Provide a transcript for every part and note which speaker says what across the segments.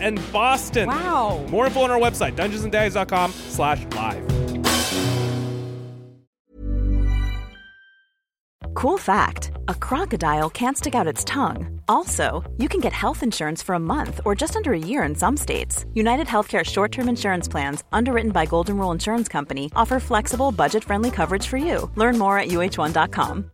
Speaker 1: and Boston.
Speaker 2: Wow.
Speaker 1: More info on our website, dungeonsanddice.com slash live.
Speaker 3: Cool fact a crocodile can't stick out its tongue. Also, you can get health insurance for a month or just under a year in some states. United Healthcare short term insurance plans, underwritten by Golden Rule Insurance Company, offer flexible, budget friendly coverage for you. Learn more at uh1.com.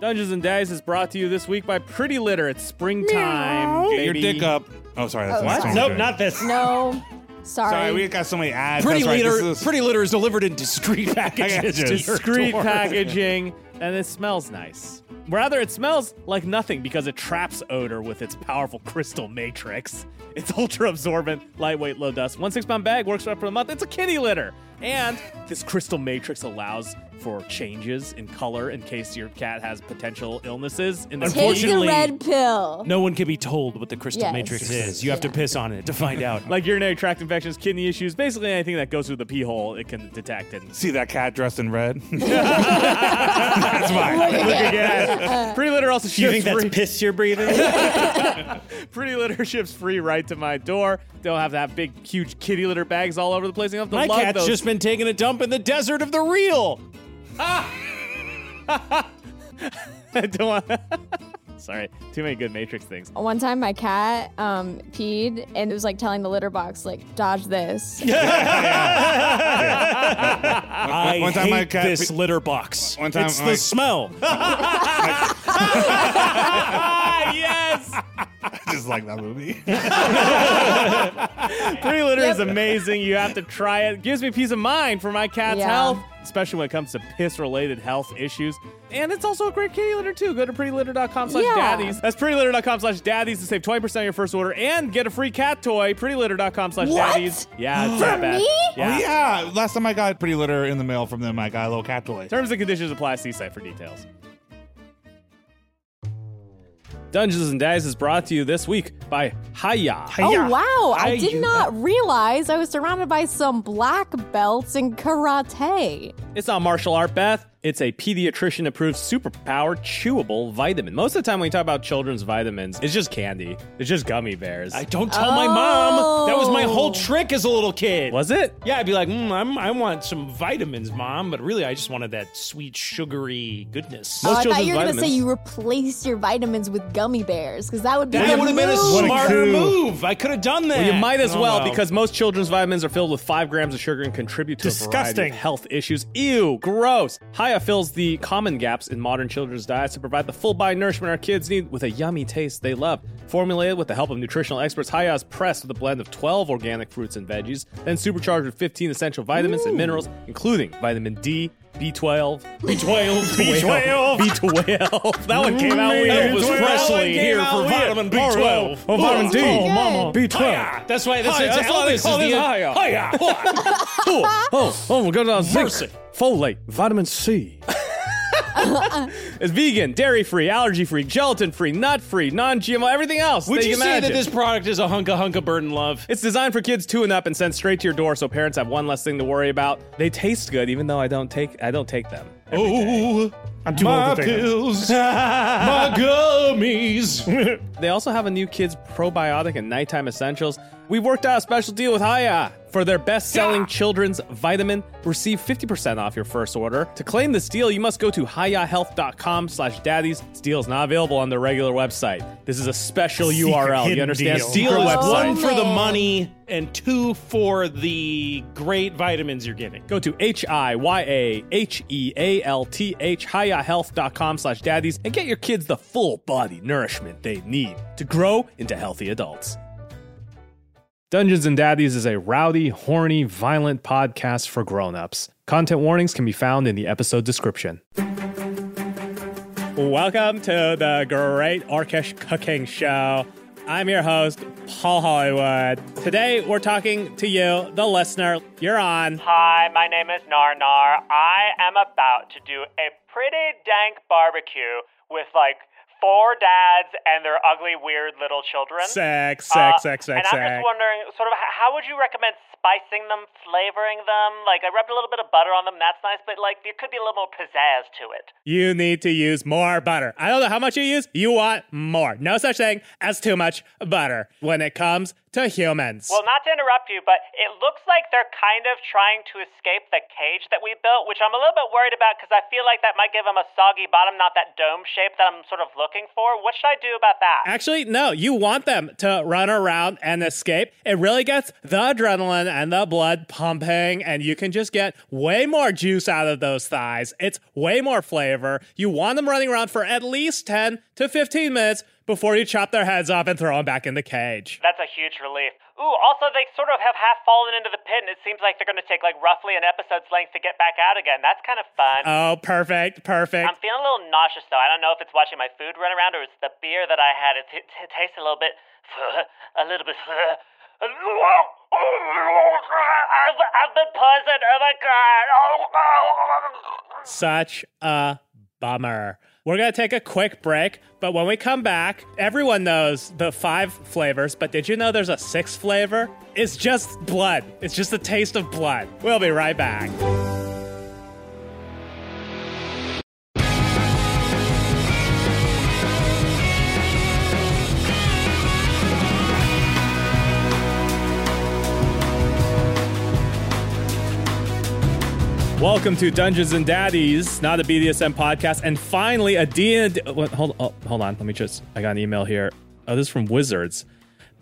Speaker 1: Dungeons and Dice is brought to you this week by Pretty Litter. It's springtime.
Speaker 4: Get your dick up. Oh, sorry. That's not
Speaker 5: What?
Speaker 4: song
Speaker 5: Nope,
Speaker 4: we're
Speaker 5: not this.
Speaker 6: No. Sorry.
Speaker 4: doing. Sorry, we got so many ads.
Speaker 5: Pretty
Speaker 4: That's right,
Speaker 5: litter.
Speaker 4: this is-
Speaker 5: Pretty litter is delivered in discreet packages. to your
Speaker 1: discreet
Speaker 5: door.
Speaker 1: packaging, and it smells nice. Rather, it smells like nothing because it traps odor with its powerful crystal matrix. It's ultra absorbent, lightweight, low dust. One six pound bag works right for the month. It's a kitty litter. And this crystal matrix allows for changes in color in case your cat has potential illnesses. In the
Speaker 6: Take the
Speaker 5: Unfortunately-
Speaker 6: red pill.
Speaker 5: No one can be told what the crystal
Speaker 6: Yes.
Speaker 5: matrix is. You have to piss on it to find out.
Speaker 1: like urinary tract infections, kidney issues, basically anything that goes through the pee hole, it can detect and
Speaker 4: See that cat dressed in red?
Speaker 1: Yeah. Pretty Litter also
Speaker 5: Do you
Speaker 1: ships
Speaker 5: think that's
Speaker 1: free.
Speaker 5: piss you're breathing?
Speaker 1: Pretty Litter ships free right to my door. Don't have to have big, huge kitty litter bags all over the place. You don't have to
Speaker 5: My
Speaker 1: lug
Speaker 5: cat's
Speaker 1: those.
Speaker 5: just been taking a dump in the desert of the real.
Speaker 1: I don't want- Sorry, too many good Matrix things.
Speaker 6: One time my cat um, peed and it was like telling the litter box, like, dodge this.
Speaker 5: I
Speaker 4: one time
Speaker 5: hate
Speaker 4: my cat
Speaker 5: this
Speaker 4: pe-
Speaker 5: litter box.
Speaker 4: One time
Speaker 5: it's
Speaker 4: my-
Speaker 5: the smell.
Speaker 1: Ah, yes!
Speaker 4: I just like that movie.
Speaker 1: Pretty Litter is amazing. You have to try it. Gives me peace of mind for my cat's
Speaker 6: Yeah.
Speaker 1: health, especially when it comes to piss-related health issues. And it's also a great kitty litter, too. Go to prettylitter.com slash
Speaker 6: Yeah.
Speaker 1: daddies. That's prettylitter.com slash daddies to save 20% on your first order and get a free cat toy. Prettylitter.com slash
Speaker 6: What?
Speaker 1: daddies. Yeah, it's not bad.
Speaker 6: me?
Speaker 5: Oh,
Speaker 1: Yeah.
Speaker 4: Oh, yeah. Last time I got pretty litter in the mail from them, I got a little cat toy.
Speaker 1: Terms and conditions apply. See site for details. Dungeons and Dice is brought to you this week by Haya.
Speaker 6: Oh,
Speaker 4: Yeah.
Speaker 6: wow. I,
Speaker 1: I
Speaker 6: did
Speaker 1: use
Speaker 6: not realize I was surrounded by some black belts in karate.
Speaker 1: It's not martial art, Beth. It's a pediatrician approved superpower chewable vitamin. Most of the time, when you talk about children's vitamins, it's just candy, it's just gummy bears.
Speaker 5: I don't tell my mom. That was my
Speaker 6: Oh.
Speaker 5: whole trick as a little kid.
Speaker 1: Was it?
Speaker 5: Yeah, I'd be like, mm, I'm, I want some vitamins, mom, but really, I just wanted that sweet, sugary goodness.
Speaker 6: Oh, I thought
Speaker 1: children's
Speaker 6: you were going to say
Speaker 1: vitamins-
Speaker 6: you replaced your vitamins with gummy bears because that would be
Speaker 5: That
Speaker 6: the
Speaker 5: would have been a
Speaker 6: move.
Speaker 5: smarter
Speaker 4: coup.
Speaker 5: move. I could have done that.
Speaker 1: You might as
Speaker 5: Oh,
Speaker 1: well because most children's vitamins are filled with five grams of sugar and contribute to a variety
Speaker 5: Disgusting.
Speaker 1: of health issues. Ew, gross. Haya fills the common gaps in modern children's diets to provide the full body nourishment our kids need with a yummy taste they love. Formulated with the help of nutritional experts, Haya is pressed with a blend of 12 organic fruits and veggies, then supercharged with 15 essential vitamins and minerals, including vitamin D. B12, B12, B12, B12. That one came out weird.
Speaker 5: Elvis Presley here for vitamin B12.
Speaker 1: Oh, vitamin D.
Speaker 6: Oh, mama.
Speaker 1: B12.
Speaker 5: Hiya. That's why. That's,
Speaker 1: Hiya,
Speaker 5: that's,
Speaker 1: that's why they
Speaker 5: Elvis
Speaker 1: call
Speaker 5: is the-
Speaker 1: this hiya.
Speaker 5: Hiya.
Speaker 1: oh, oh, oh, we'll go down
Speaker 5: Mercy.
Speaker 1: zinc, folate, vitamin C. it's vegan, dairy free, allergy free, gelatin free, nut free, non GMO, everything else.
Speaker 5: Would
Speaker 1: that
Speaker 5: you say
Speaker 1: imagine.
Speaker 5: that this product is a hunka hunka burden love?
Speaker 1: It's designed for kids two and up and sent straight to your door so parents have one less thing to worry about. They taste good even though I don't take I don't take them.
Speaker 5: Oh,
Speaker 4: I'm too
Speaker 5: my
Speaker 4: old to take them.
Speaker 5: pills, my gummies.
Speaker 1: They also have a new kids probiotic and nighttime essentials. We worked out a special deal with Haya for their best-selling children's vitamin. Receive 50% off your first order. To claim this deal, you must go to hayahealth.com slash daddies. This deal is not available on their regular website. This is a special
Speaker 4: Secret
Speaker 1: URL. You
Speaker 4: hidden
Speaker 1: understand?
Speaker 4: deal.
Speaker 1: Secret
Speaker 5: Deal is
Speaker 1: website.
Speaker 5: one for the money and two for the great vitamins you're getting.
Speaker 1: Go to E H-I-Y-A-H-E-A-L-T-H, hayahealth.com slash daddies, and get your kids the full body nourishment they need to grow into healthy adults. Dungeons and Daddies is a rowdy, horny, violent podcast for grown-ups. Content warnings can be found in the episode description. Welcome to the Great Orcish Cooking Show. I'm your host, Paul Hollywood. Today we're talking to you, the listener. You're on.
Speaker 2: Hi, my name is Narnar. I am about to do a pretty dank barbecue with like four dads and their ugly, weird little children.
Speaker 1: Sex,
Speaker 2: Uh,
Speaker 1: sex, sex,
Speaker 2: And
Speaker 1: sex,
Speaker 2: I'm just
Speaker 1: sex.
Speaker 2: wondering, sort of, h- how would you recommend spicing them, flavoring them? Like, I rubbed a little bit of butter on them. That's nice, but like, there could be a little more pizzazz to it.
Speaker 1: You need to use more butter. I don't know how much you use. You want more. No such thing as too much butter when it comes to humans.
Speaker 2: Well, not to interrupt you, but it looks like they're kind of trying to escape the cage that we built, which I'm a little bit worried about because I feel like that might give them a soggy bottom, not that dome shape that I'm sort of looking for. What should I do about that?
Speaker 1: Actually, no, you want them to run around and escape. It really gets the adrenaline and the blood pumping, and you can just get way more juice out of those thighs. It's way more flavor. You want them running around for at least 10 to 15 minutes before you chop their heads off and throw them back in the cage.
Speaker 2: That's a huge relief. Ooh, also, they sort of have half fallen into the pit, and it seems like they're going to take like roughly an episode's length to get back out again. That's kind of fun.
Speaker 7: Uh,
Speaker 1: Oh, perfect, perfect.
Speaker 2: I'm feeling a little nauseous though. I don't know if it's watching my food run around or it's the beer that I had. It, it, it tastes a little bit, a little bit. I've, I've been poisoned. Oh my god. Oh.
Speaker 1: Such a bummer. We're going to take a quick break, but when we come back, everyone knows the five flavors, but did you know there's a sixth flavor? It's just blood. It's just the taste of blood. We'll be right back. Welcome to Dungeons and Daddies, not a BDSM podcast, and finally a D and hold oh, hold on, let me just I got an email here. Oh, this is from Wizards.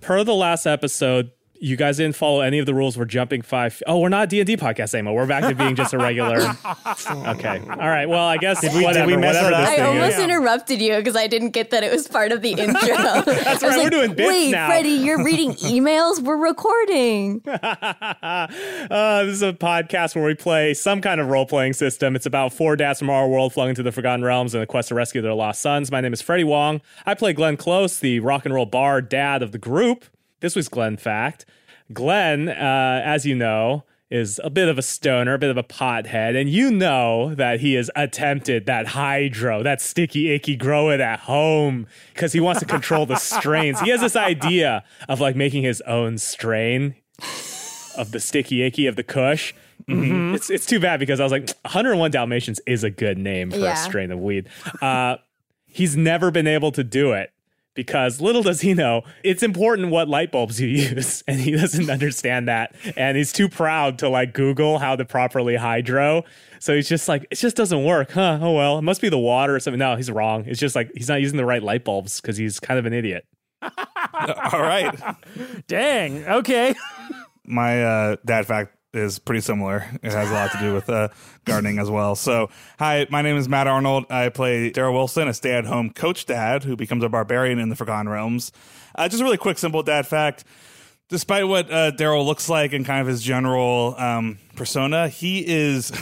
Speaker 1: Per the last episode, you guys didn't follow any of the rules. We're jumping five. Oh, we're not a D and D podcast anymore. We're back to being just a regular. okay, all right. Well, I guess
Speaker 4: we- did
Speaker 1: whatever,
Speaker 4: we mess
Speaker 1: whatever
Speaker 4: it
Speaker 1: this
Speaker 4: up?
Speaker 6: I
Speaker 1: thing is.
Speaker 6: almost
Speaker 4: yeah.
Speaker 6: interrupted you because I didn't get that it was part of the intro. That's
Speaker 1: right, we're doing bits
Speaker 6: Wait,
Speaker 1: now."
Speaker 6: Freddie, you're reading emails. We're recording.
Speaker 1: uh, this is a podcast where we play some kind of role playing system. It's about four dads from our world flung into the Forgotten Realms in a quest to rescue their lost sons. My name is Freddie Wong. I play Glenn Close, the rock and roll bar dad of the group. This was Glenn Fact. Glenn, uh, as you know, is a bit of a stoner, a bit of a pothead, and you know that he has attempted that hydro, that sticky icky grow it at home because he wants to control the strains. He has this idea of like making his own strain of the sticky icky of the Kush. It's it's too bad because I was like 101 Dalmatians is a good name for
Speaker 6: Yeah.
Speaker 1: a strain of weed. Uh, he's never been able to do it because little does he know it's important what light bulbs you use and he doesn't understand that and he's too proud to like google how to properly hydro so he's just like it just doesn't work huh oh well it must be the water or something no he's wrong it's just like he's not using the right light bulbs because he's kind of an idiot
Speaker 4: All right.
Speaker 5: Dang. Okay.
Speaker 4: my uh, dad fact is pretty similar. It has a lot to do with uh, gardening as well. So, hi, my name is Matt Arnold. I play Daryl Wilson, a stay at home coach dad who becomes a barbarian in the Forgotten Realms. Uh, just a really quick, simple dad fact. Despite what uh, Daryl looks like and kind of his general um, persona, he is,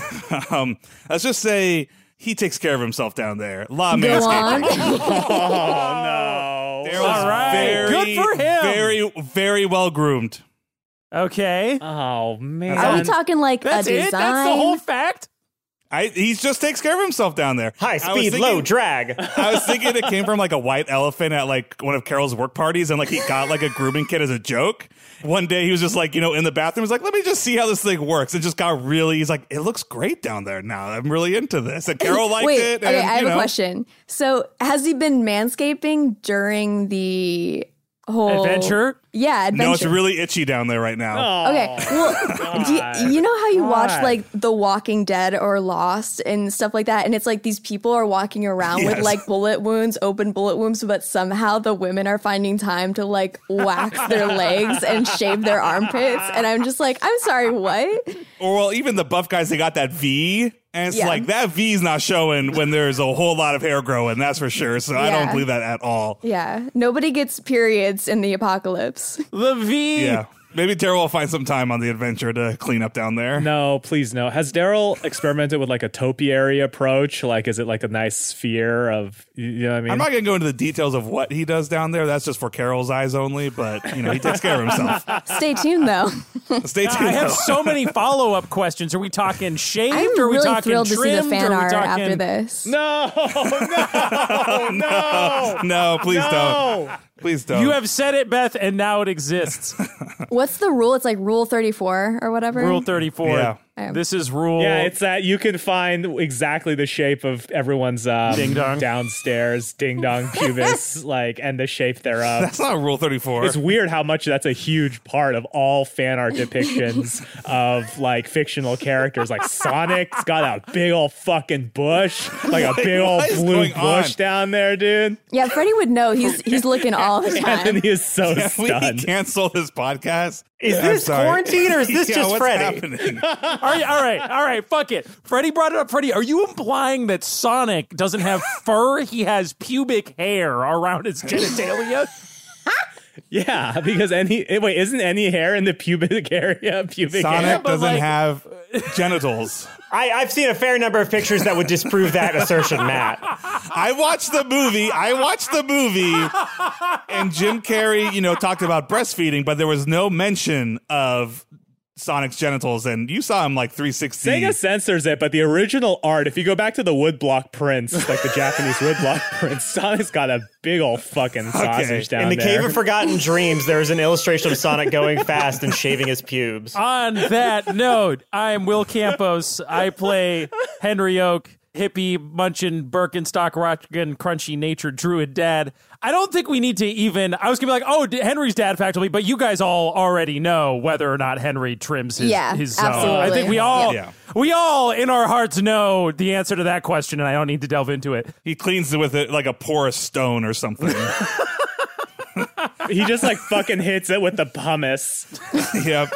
Speaker 4: um, let's just say, he takes care of himself down there. A lot of
Speaker 6: Go
Speaker 4: manscaping.
Speaker 6: on.
Speaker 1: no
Speaker 4: Daryl's
Speaker 5: All right.
Speaker 4: very,
Speaker 5: Good for him.
Speaker 4: Very, very well groomed.
Speaker 5: Okay.
Speaker 1: oh man
Speaker 6: Are we talking like
Speaker 5: That's
Speaker 6: a design?
Speaker 5: it. That's the whole fact.
Speaker 4: I, he just takes care of himself down there.
Speaker 8: High
Speaker 4: I was
Speaker 8: speed,
Speaker 4: thinking-
Speaker 8: low drag.
Speaker 4: I was thinking it came from like a white elephant at like one of Carol's work parties, and like he got like a grooming kit as a joke. One day he was just like, you know, in the bathroom, he's like, let me just see how this thing works. It just got really, he's like, it looks great down there now. I'm really into this. And Carol liked
Speaker 6: Wait,
Speaker 4: it.
Speaker 6: okay,
Speaker 4: and,
Speaker 6: I have
Speaker 4: you
Speaker 6: a
Speaker 4: know.
Speaker 6: question. So, has he been manscaping during the whole
Speaker 5: Adventure?
Speaker 6: Yeah, adventure. Oh.
Speaker 4: No, it's really itchy down there right now.
Speaker 6: Okay. Well, do you, you know how you watch
Speaker 1: God.
Speaker 6: like The Walking Dead or Lost and stuff like that, and it's like these people are walking around with
Speaker 4: Yes.
Speaker 6: like bullet wounds, open bullet wounds, but somehow the women are finding time to like wax their legs and shave their armpits, and I'm just like, I'm sorry, what?
Speaker 4: Or well, even the buff guys, they got that V. And it's
Speaker 6: Yeah.
Speaker 4: like that V's not showing when there's a whole lot of hair growing, that's for sure. So I don't
Speaker 6: Yeah.
Speaker 4: believe that at all.
Speaker 6: Yeah, nobody gets periods in the apocalypse.
Speaker 5: The V.
Speaker 4: Yeah. Maybe Daryl will find some time on the adventure to clean up down there.
Speaker 1: No, please no. Has Daryl experimented with like a topiary approach? Like, is it like a nice sphere of you know what I mean?
Speaker 4: I'm not going to go into the details of what he does down there. That's just for Carol's eyes only. But you know, he takes care of himself.
Speaker 6: Stay tuned though.
Speaker 4: Stay tuned.
Speaker 8: I have
Speaker 4: though.
Speaker 8: so many follow up questions. Are we talking shaved?
Speaker 6: I'm
Speaker 8: Are we
Speaker 6: really
Speaker 8: talking
Speaker 6: thrilled to see the
Speaker 8: trimmed?
Speaker 6: fan
Speaker 8: Are we
Speaker 6: art
Speaker 8: talking...
Speaker 6: after this.
Speaker 1: no, no, no.
Speaker 4: Oh, no, please don't. Please don't.
Speaker 8: You have said it, Beth, and now it exists.
Speaker 6: What's the rule? It's like rule 34 or whatever.
Speaker 8: Rule 34.
Speaker 4: Yeah.
Speaker 6: Oh.
Speaker 8: This is rule.
Speaker 1: Yeah, it's that you can find exactly the shape of everyone's um,
Speaker 8: Ding dong.
Speaker 1: downstairs ding dong pubis, like, and the shape thereof.
Speaker 4: That's not Rule Thirty Four.
Speaker 1: It's weird how much that's a huge part of all fan art depictions of like fictional characters. Like Sonic's got a big old fucking bush, like a big old
Speaker 4: what is
Speaker 1: blue
Speaker 4: going on?
Speaker 1: bush down there, dude.
Speaker 6: yeah, Freddie would know. He's he's looking all the
Speaker 1: And then
Speaker 6: time.
Speaker 1: he is so
Speaker 4: Can we
Speaker 1: stunned.
Speaker 4: cancel this podcast?
Speaker 8: Is
Speaker 4: I'm
Speaker 8: this
Speaker 4: sorry.
Speaker 8: quarantine or is this
Speaker 4: Yeah,
Speaker 8: just
Speaker 4: what's
Speaker 8: Freddy?
Speaker 4: happening?
Speaker 8: Are you- all right, all right, fuck it. Freddie brought it up. Freddie, are you implying that Sonic doesn't have fur? He has pubic hair around his genitalia?
Speaker 1: Yeah, because any eh, wait, isn't any hair in the pubic area pubic hair?
Speaker 4: Sonic
Speaker 8: but,
Speaker 4: doesn't
Speaker 8: like-
Speaker 4: have genitals.
Speaker 7: I, I've seen a fair number of pictures that would disprove that assertion, Matt.
Speaker 4: I watched the movie. I watched the movie, and Jim Carrey, you know, talked about breastfeeding, but there was no mention of Sonic's genitals. And you saw him like 360.
Speaker 1: Sega censors it, but the original art, if you go back to the woodblock prints, like the Japanese woodblock prints, Sonic's got a big old fucking sausage down
Speaker 7: In the
Speaker 1: there.
Speaker 7: Cave of Forgotten Dreams, there is an illustration of Sonic going fast and shaving his pubes.
Speaker 8: On that note, I am Will Campos. I play Henry Oak, hippie, munchin, Birkenstock, rockin', crunchy nature druid dad. I don't think we need to even. I was gonna be like, oh, d- Henry's dad faculty, but you guys all already know whether or not Henry trims his
Speaker 6: Yeah,
Speaker 8: his zone. I
Speaker 6: absolutely.
Speaker 8: think we all
Speaker 4: Yeah.
Speaker 8: we all in our hearts know the answer to that question, and I don't need to delve into it.
Speaker 4: He cleans it with it like a porous stone or something.
Speaker 1: he just like fucking hits it with the pumice.
Speaker 4: yep.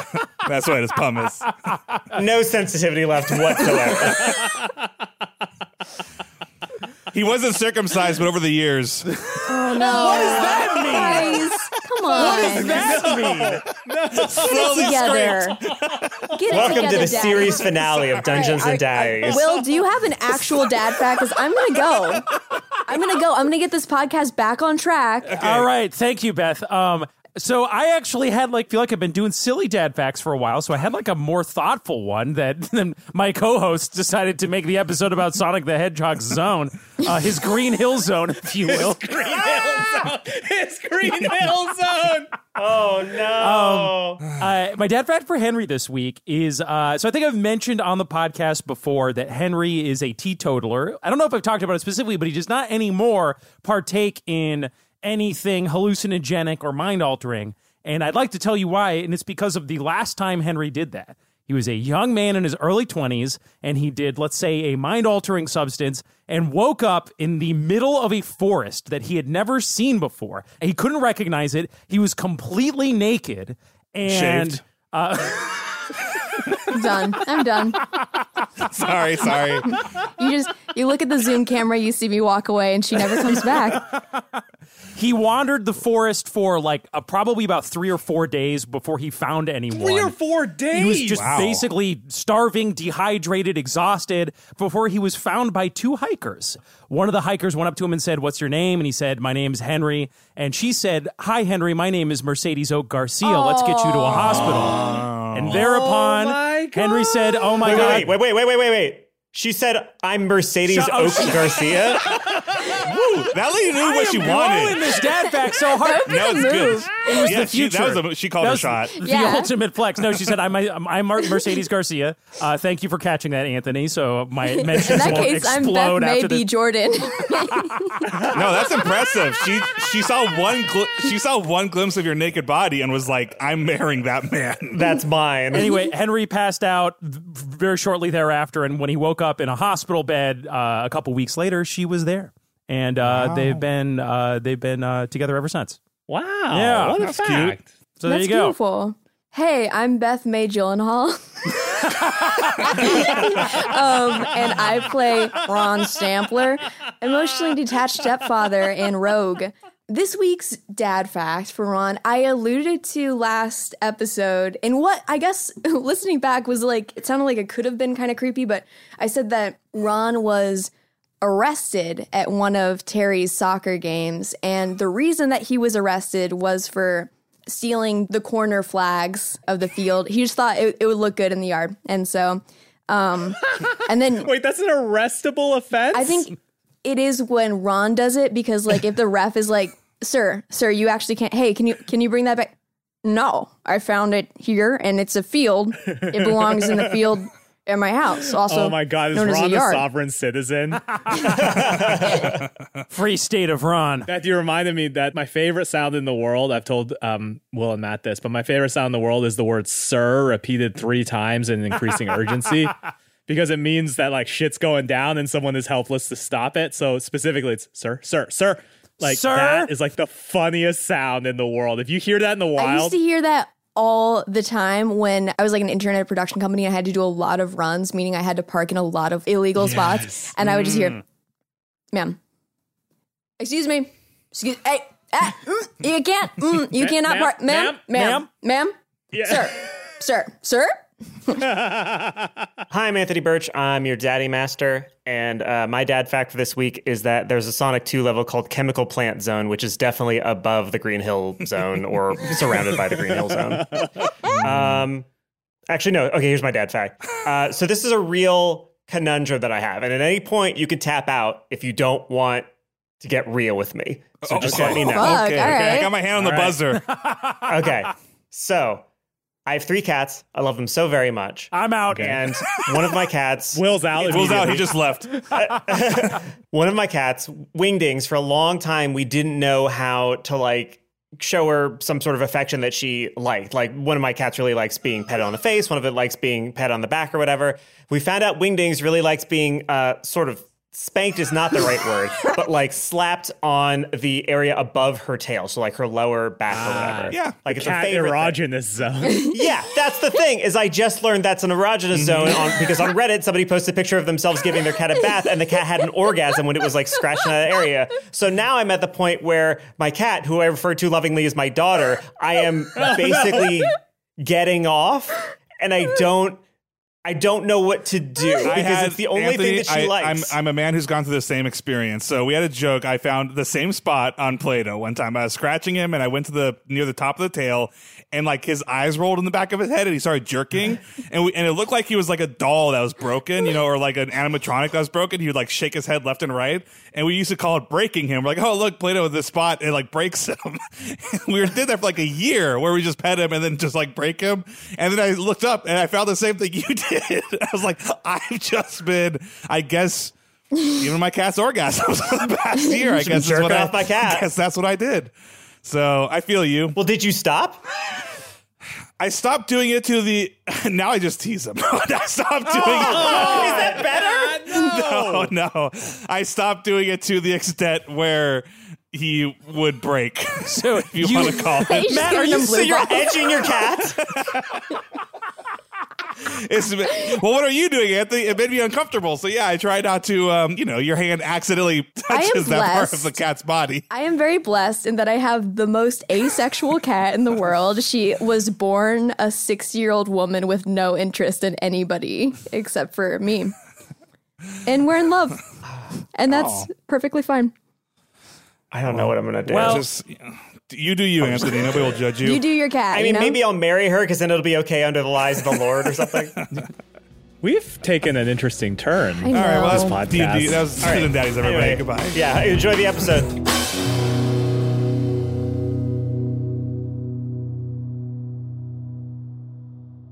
Speaker 4: That's what it is, pumice.
Speaker 7: No sensitivity left whatsoever.
Speaker 4: He wasn't circumcised, but over the years,
Speaker 6: Oh, Guys, come on.
Speaker 4: slowly
Speaker 6: together. Get it
Speaker 7: Welcome to
Speaker 6: together,
Speaker 7: the
Speaker 6: Dad.
Speaker 7: series finale of Dungeons and
Speaker 6: All right, all right.
Speaker 7: Diaries.
Speaker 6: Will, do you have an actual dad fact? Because I'm gonna go. I'm gonna go. I'm gonna get this podcast back on track.
Speaker 8: All right, thank you, Beth. Um, so I actually had like feel like I've been doing silly dad facts for a while, so I had like a more thoughtful one that then my co-host decided to make the episode about Sonic the Hedgehog's zone, uh, his Green Hill zone, if you will.
Speaker 1: Green Hill Zone! It's Green Hill Zone!
Speaker 7: Oh no!
Speaker 8: Uh, my dad fact for Henry this week is uh, so I think I've mentioned on the podcast before that Henry is a teetotaler. I don't know if I've talked about it specifically, but he does not anymore partake in anything hallucinogenic or mind altering. And I'd like to tell you why, and it's because of the last time Henry did that. He was a young man in his early 20s, and he did, let's say, a mind altering substance and woke up in the middle of a forest that he had never seen before. And he couldn't recognize it. He was completely naked. And uh,
Speaker 4: Shaved.
Speaker 6: I'm done. I'm done.
Speaker 4: Sorry, sorry.
Speaker 6: You just you look at the zoom camera, you see me walk away, and she never comes back.
Speaker 8: he wandered the forest for like uh, probably about three or four days before he found anyone.
Speaker 1: four days!
Speaker 8: He was just basically starving, dehydrated, exhausted before he was found by two hikers. One of the hikers went up to him and said, What's your name? And he said, My name's Henry. And she said, Hi, Henry. My name is Mercedes Oak Garcia. Let's get you to a hospital. And thereupon, Henry said, Oh my God.
Speaker 7: Wait, wait, wait, wait, wait, wait, wait. She said, "I'm Mercedes
Speaker 8: Shut- oh,
Speaker 7: Oak
Speaker 8: shit.
Speaker 7: Garcia."
Speaker 4: Woo, that lady knew
Speaker 8: I
Speaker 4: what she
Speaker 8: am blowing
Speaker 4: wanted.
Speaker 8: this dad back so hard.
Speaker 4: That was good.
Speaker 8: It was
Speaker 4: Yeah,
Speaker 8: the
Speaker 4: she-
Speaker 8: future.
Speaker 4: that was a- she called
Speaker 8: That
Speaker 4: her
Speaker 8: was
Speaker 4: shot.
Speaker 8: The
Speaker 6: Yeah.
Speaker 8: ultimate flex. No, she said, "I'm I'm, I'm Mar- Mercedes Garcia. Uh, thank you for catching that, Anthony." So my
Speaker 6: In
Speaker 8: mentions
Speaker 6: that
Speaker 8: won't
Speaker 6: case, I'm Beth
Speaker 8: explode after
Speaker 6: maybe
Speaker 8: this.
Speaker 6: Jordan.
Speaker 4: No, that's impressive. She she saw one gl- she saw one glimpse of your naked body and was like, "I'm marrying that man."
Speaker 7: That's mine.
Speaker 8: Anyway, Henry passed out v- very shortly thereafter, and when he woke up in a hospital bed uh, a couple weeks later, she was there, and uh, they've been uh, they've been uh, together ever since.
Speaker 1: wow.
Speaker 8: Yeah,
Speaker 1: what a
Speaker 8: that's
Speaker 1: fact.
Speaker 8: So there
Speaker 6: That's
Speaker 8: you go.
Speaker 6: beautiful. Hey, I'm Beth May Gyllenhaal. um, and I play Ron Stampler, emotionally detached stepfather and rogue. This week's dad fact for Ron, I alluded to last episode, and what I guess listening back was like, it sounded like it could have been kind of creepy, but I said that Ron was arrested at one of Terry's soccer games, and the reason that he was arrested was for stealing the corner flags of the field. He just thought it, it would look good in the yard, and so, um, and then
Speaker 1: Wait, that's an arrestable offense.
Speaker 6: I think it is when Ron does it because like if the ref is like, "Sir, sir, you actually can't. Hey, can you can you bring that back?" No, I found it here, and it's a field. It belongs in the field at my house. Also,
Speaker 1: Oh my god, is
Speaker 6: known as a
Speaker 1: Ron a
Speaker 6: yard.
Speaker 1: sovereign citizen?
Speaker 8: Free state of Ron.
Speaker 1: Beth, you reminded me that my favorite sound in the world, I've told um, Will and Matt this, but my favorite sound in the world is the word sir repeated three times in increasing urgency because it means that like shit's going down and someone is helpless to stop it. So specifically, it's sir, sir, sir. Like
Speaker 8: Sir?
Speaker 1: that is like the funniest sound in the world. If you hear that in the
Speaker 6: I used
Speaker 1: wild,
Speaker 6: to hear that all the time when I was like an internet production company. and I had to do a lot of runs, meaning I had to park in a lot of illegal spots, and I would just hear, "Ma'am, excuse me, excuse, hey, ah, mm, you can't, mm, you cannot
Speaker 1: ma'am,
Speaker 6: park, ma'am, ma'am, ma'am, sir, sir, sir."
Speaker 7: Hi, I'm Anthony Birch. I'm your daddy master. And uh, my dad fact for this week is that there's a Sonic 2 level called Chemical Plant Zone, which is definitely above the Green Hill Zone or surrounded by the Green Hill Zone. Um, actually, no. Okay, here's my dad fact. Uh, so this is a real conundrum that I have. And at any point, you can tap out if you don't want to get real with me. So just let me know.
Speaker 6: Fuck,
Speaker 4: Oh, okay,
Speaker 6: all
Speaker 4: okay. I
Speaker 6: right.
Speaker 4: got my hand on the buzzer.
Speaker 7: Okay. So I have three cats. I love them so very much.
Speaker 8: I'm out.
Speaker 7: And one of my cats.
Speaker 1: Will's out.
Speaker 4: Will's out. He
Speaker 1: immediately.
Speaker 4: just left.
Speaker 7: one of my cats, Wingdings, for a long time, we didn't know how to like show her some sort of affection that she liked. Like one of my cats really likes being pet on the face, one of it likes being pet on the back or whatever. We found out Wingdings really likes being uh, sort of spanked is not the right word, but like slapped on the area above her tail, so like her lower back or whatever.
Speaker 4: yeah.
Speaker 7: like it's
Speaker 1: cat
Speaker 7: a favorite. thing.
Speaker 1: erogenous zone.
Speaker 7: Yeah, that's the thing. Is I just learned that's an erogenous
Speaker 4: Mm-hmm.
Speaker 7: zone on, because on Reddit somebody posted a picture of themselves giving their cat a bath, and the cat had an orgasm when it was like scratching that area. So now I'm at the point where my cat, who I refer to lovingly as my daughter, I am basically getting off, and I don't, I don't know what to do because
Speaker 4: had-
Speaker 7: it's the only
Speaker 4: Anthony,
Speaker 7: thing that she
Speaker 4: I,
Speaker 7: likes.
Speaker 4: I'm, I'm a man who's gone through the same experience. So we had a joke. I found the same spot on Play-Doh one time. I was scratching him, and I went to the near the top of the tail, and like his eyes rolled in the back of his head, and he started jerking, and we, and it looked like he was like a doll that was broken, you know, or like an animatronic that was broken. He would like shake his head left and right, and we used to call it breaking him. We're like, oh look, Play-Doh at this spot, it like breaks him. we were- did that for like a year, where we just pet him and then just like break him, and then I looked up and I found the same thing you did. I was like, I've just been, I guess. Even my cat's orgasms for the past year. I guess is
Speaker 7: jerking
Speaker 4: what I,
Speaker 7: off my cat.
Speaker 4: guess that's what I did. So I feel you.
Speaker 7: well, did you stop?
Speaker 4: I stopped doing it to the. Now I just tease him. I stopped doing
Speaker 7: Oh, Is that better?
Speaker 4: it. No, no. Oh, I stopped doing it to the extent where he would break. So if you,
Speaker 8: you-
Speaker 4: want to call
Speaker 6: He's
Speaker 4: it,
Speaker 6: just giving them
Speaker 7: So
Speaker 6: blue
Speaker 7: you're
Speaker 6: balls.
Speaker 7: edging your cat.
Speaker 4: it's, well, what are you doing, Anthony? It made me uncomfortable. So yeah, I try not to. Um, you know, your hand accidentally
Speaker 6: I am
Speaker 4: touches that part of
Speaker 6: blessed.
Speaker 4: the cat's body.
Speaker 6: I am very blessed in that I have the most asexual cat in the world. She was born a six year old woman with no interest in anybody except for me. And we're in love. And that's perfectly fine.
Speaker 7: I don't know what I'm gonna do.
Speaker 8: Well,
Speaker 4: Just you do you, Anthony. Nobody will judge
Speaker 6: You do your cat.
Speaker 7: I
Speaker 6: you
Speaker 7: mean,
Speaker 6: know?
Speaker 7: maybe I'll marry her because then it'll be okay under the lies of the Lord or something.
Speaker 1: We've taken an interesting turn.
Speaker 6: I know.
Speaker 4: All right, well,
Speaker 1: Podcast.
Speaker 4: that's D&D. That was Sin and Daddies, everybody.
Speaker 7: Anyway,
Speaker 4: Goodbye.
Speaker 7: Yeah, enjoy the episode.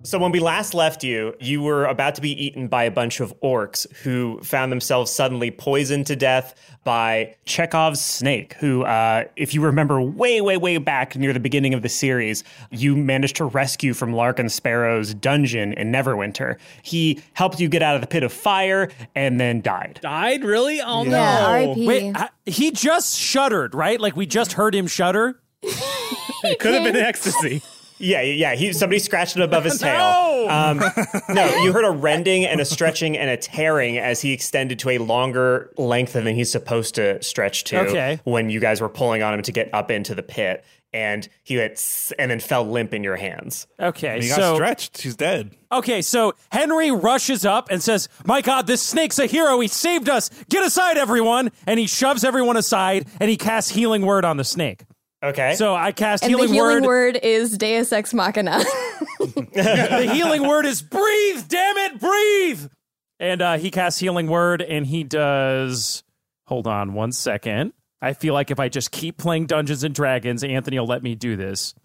Speaker 7: So when we last left you, you were about to be eaten by a bunch of orcs who found themselves suddenly poisoned to death by Chekhov's snake. Who, uh, if you remember, way, way, way back near the beginning of the series, you managed to rescue from Larkin Sparrow's dungeon in Neverwinter. He helped you get out of the pit of fire and then died.
Speaker 1: Died really? Oh
Speaker 6: Yeah,
Speaker 1: no!
Speaker 6: RIP.
Speaker 8: Wait, I- he just shuddered, right? Like we just heard him shudder.
Speaker 1: Could have been ecstasy.
Speaker 7: Yeah, yeah. He somebody scratched it above his tail. Um, no, you heard a rending and a stretching and a tearing as he extended to a longer length than he's supposed to stretch to.
Speaker 8: Okay.
Speaker 7: When you guys were pulling on him to get up into the pit, and he went "Tss," and then fell limp in your hands.
Speaker 8: Okay,
Speaker 4: He got
Speaker 8: so
Speaker 4: stretched. She's dead.
Speaker 8: okay, so Henry rushes up and says, "My God, this snake's a hero. He saved us. Get aside, everyone!" And he shoves everyone aside, and he casts healing word on the snake.
Speaker 7: Okay.
Speaker 8: So I cast
Speaker 6: And
Speaker 8: healing,
Speaker 6: the healing
Speaker 8: word.
Speaker 6: word. is Deus Ex Machina.
Speaker 8: the healing word is breathe. Damn it, breathe. And uh, he casts healing word, and he does. Hold on one second. I feel like if I just keep playing Dungeons and Dragons, Anthony will let me do this.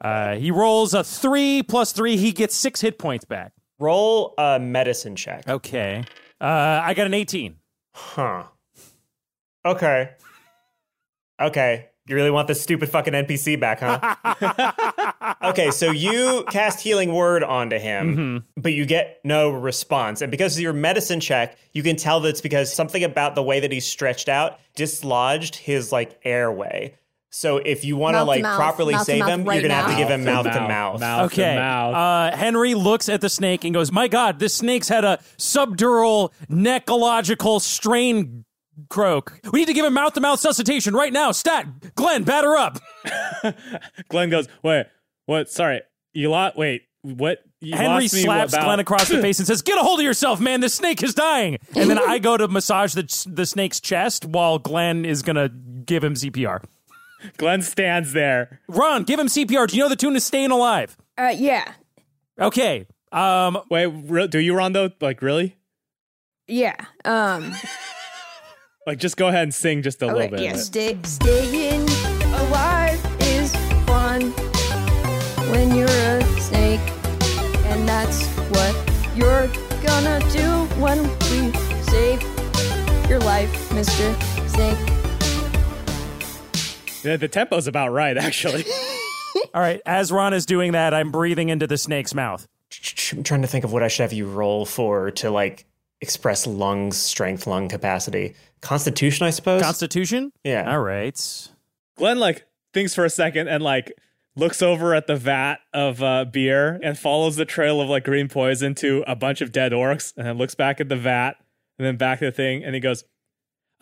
Speaker 8: Uh, he rolls a three plus three. He gets six hit points back.
Speaker 7: roll a medicine check.
Speaker 8: Okay. Uh, I got an 18.
Speaker 7: Huh. Okay. Okay. You really want this stupid fucking NPC back, huh? okay, so you cast healing word onto him, but you get no response. And because of your medicine check, you can tell that it's because something about the way that he's stretched out dislodged his like airway. So if you want to
Speaker 6: Mouth to
Speaker 7: like
Speaker 6: mouth,
Speaker 7: properly
Speaker 6: mouth to
Speaker 7: save
Speaker 6: mouth
Speaker 7: him,
Speaker 6: right
Speaker 7: you're gonna have to
Speaker 6: now.
Speaker 7: give him mouth to
Speaker 5: Mouth,
Speaker 7: mouth.
Speaker 5: mouth. to
Speaker 8: Okay.
Speaker 5: mouth.
Speaker 8: Uh, Henry looks at the snake and goes, My God, this snake's had a subdural necrological strain croak. We need to give him mouth to mouth suscitation right now. Stat, Glenn, batter up.
Speaker 1: Glenn goes, wait, what? Sorry, you lot. Wait, what? You
Speaker 8: Henry
Speaker 1: lost me
Speaker 8: slaps
Speaker 1: about-
Speaker 8: Glenn across the face and says, Get a hold of yourself, man. This snake is dying. And then I go to massage the, the snake's chest while Glenn is going to give him CPR.
Speaker 1: Glenn stands there.
Speaker 8: Ron, give him CPR. Do you know the tune is staying alive?
Speaker 6: uh, yeah,
Speaker 8: Okay. Um,
Speaker 1: Wait, re- do you Rondo? Like really?
Speaker 6: yeah. Um,
Speaker 1: Like just go ahead and sing just a little
Speaker 6: okay,
Speaker 1: bit.
Speaker 6: yeah. Stay, staying alive is fun when you're a snake, and that's what you're gonna do when we save your life, Mister Snake.
Speaker 1: The, the tempo's about right, actually.
Speaker 8: all right. As Ron is doing that, I'm breathing into the snake's mouth.
Speaker 7: I'm trying to think of what I should have you roll for to like express lungs strength, lung capacity. Constitution, I suppose.
Speaker 8: Constitution?
Speaker 7: Yeah.
Speaker 8: All right.
Speaker 1: Glenn like thinks for a second and like looks over at the vat of uh, beer and follows the trail of like green poison to a bunch of dead orcs and then looks back at the vat and then back at the thing and he goes,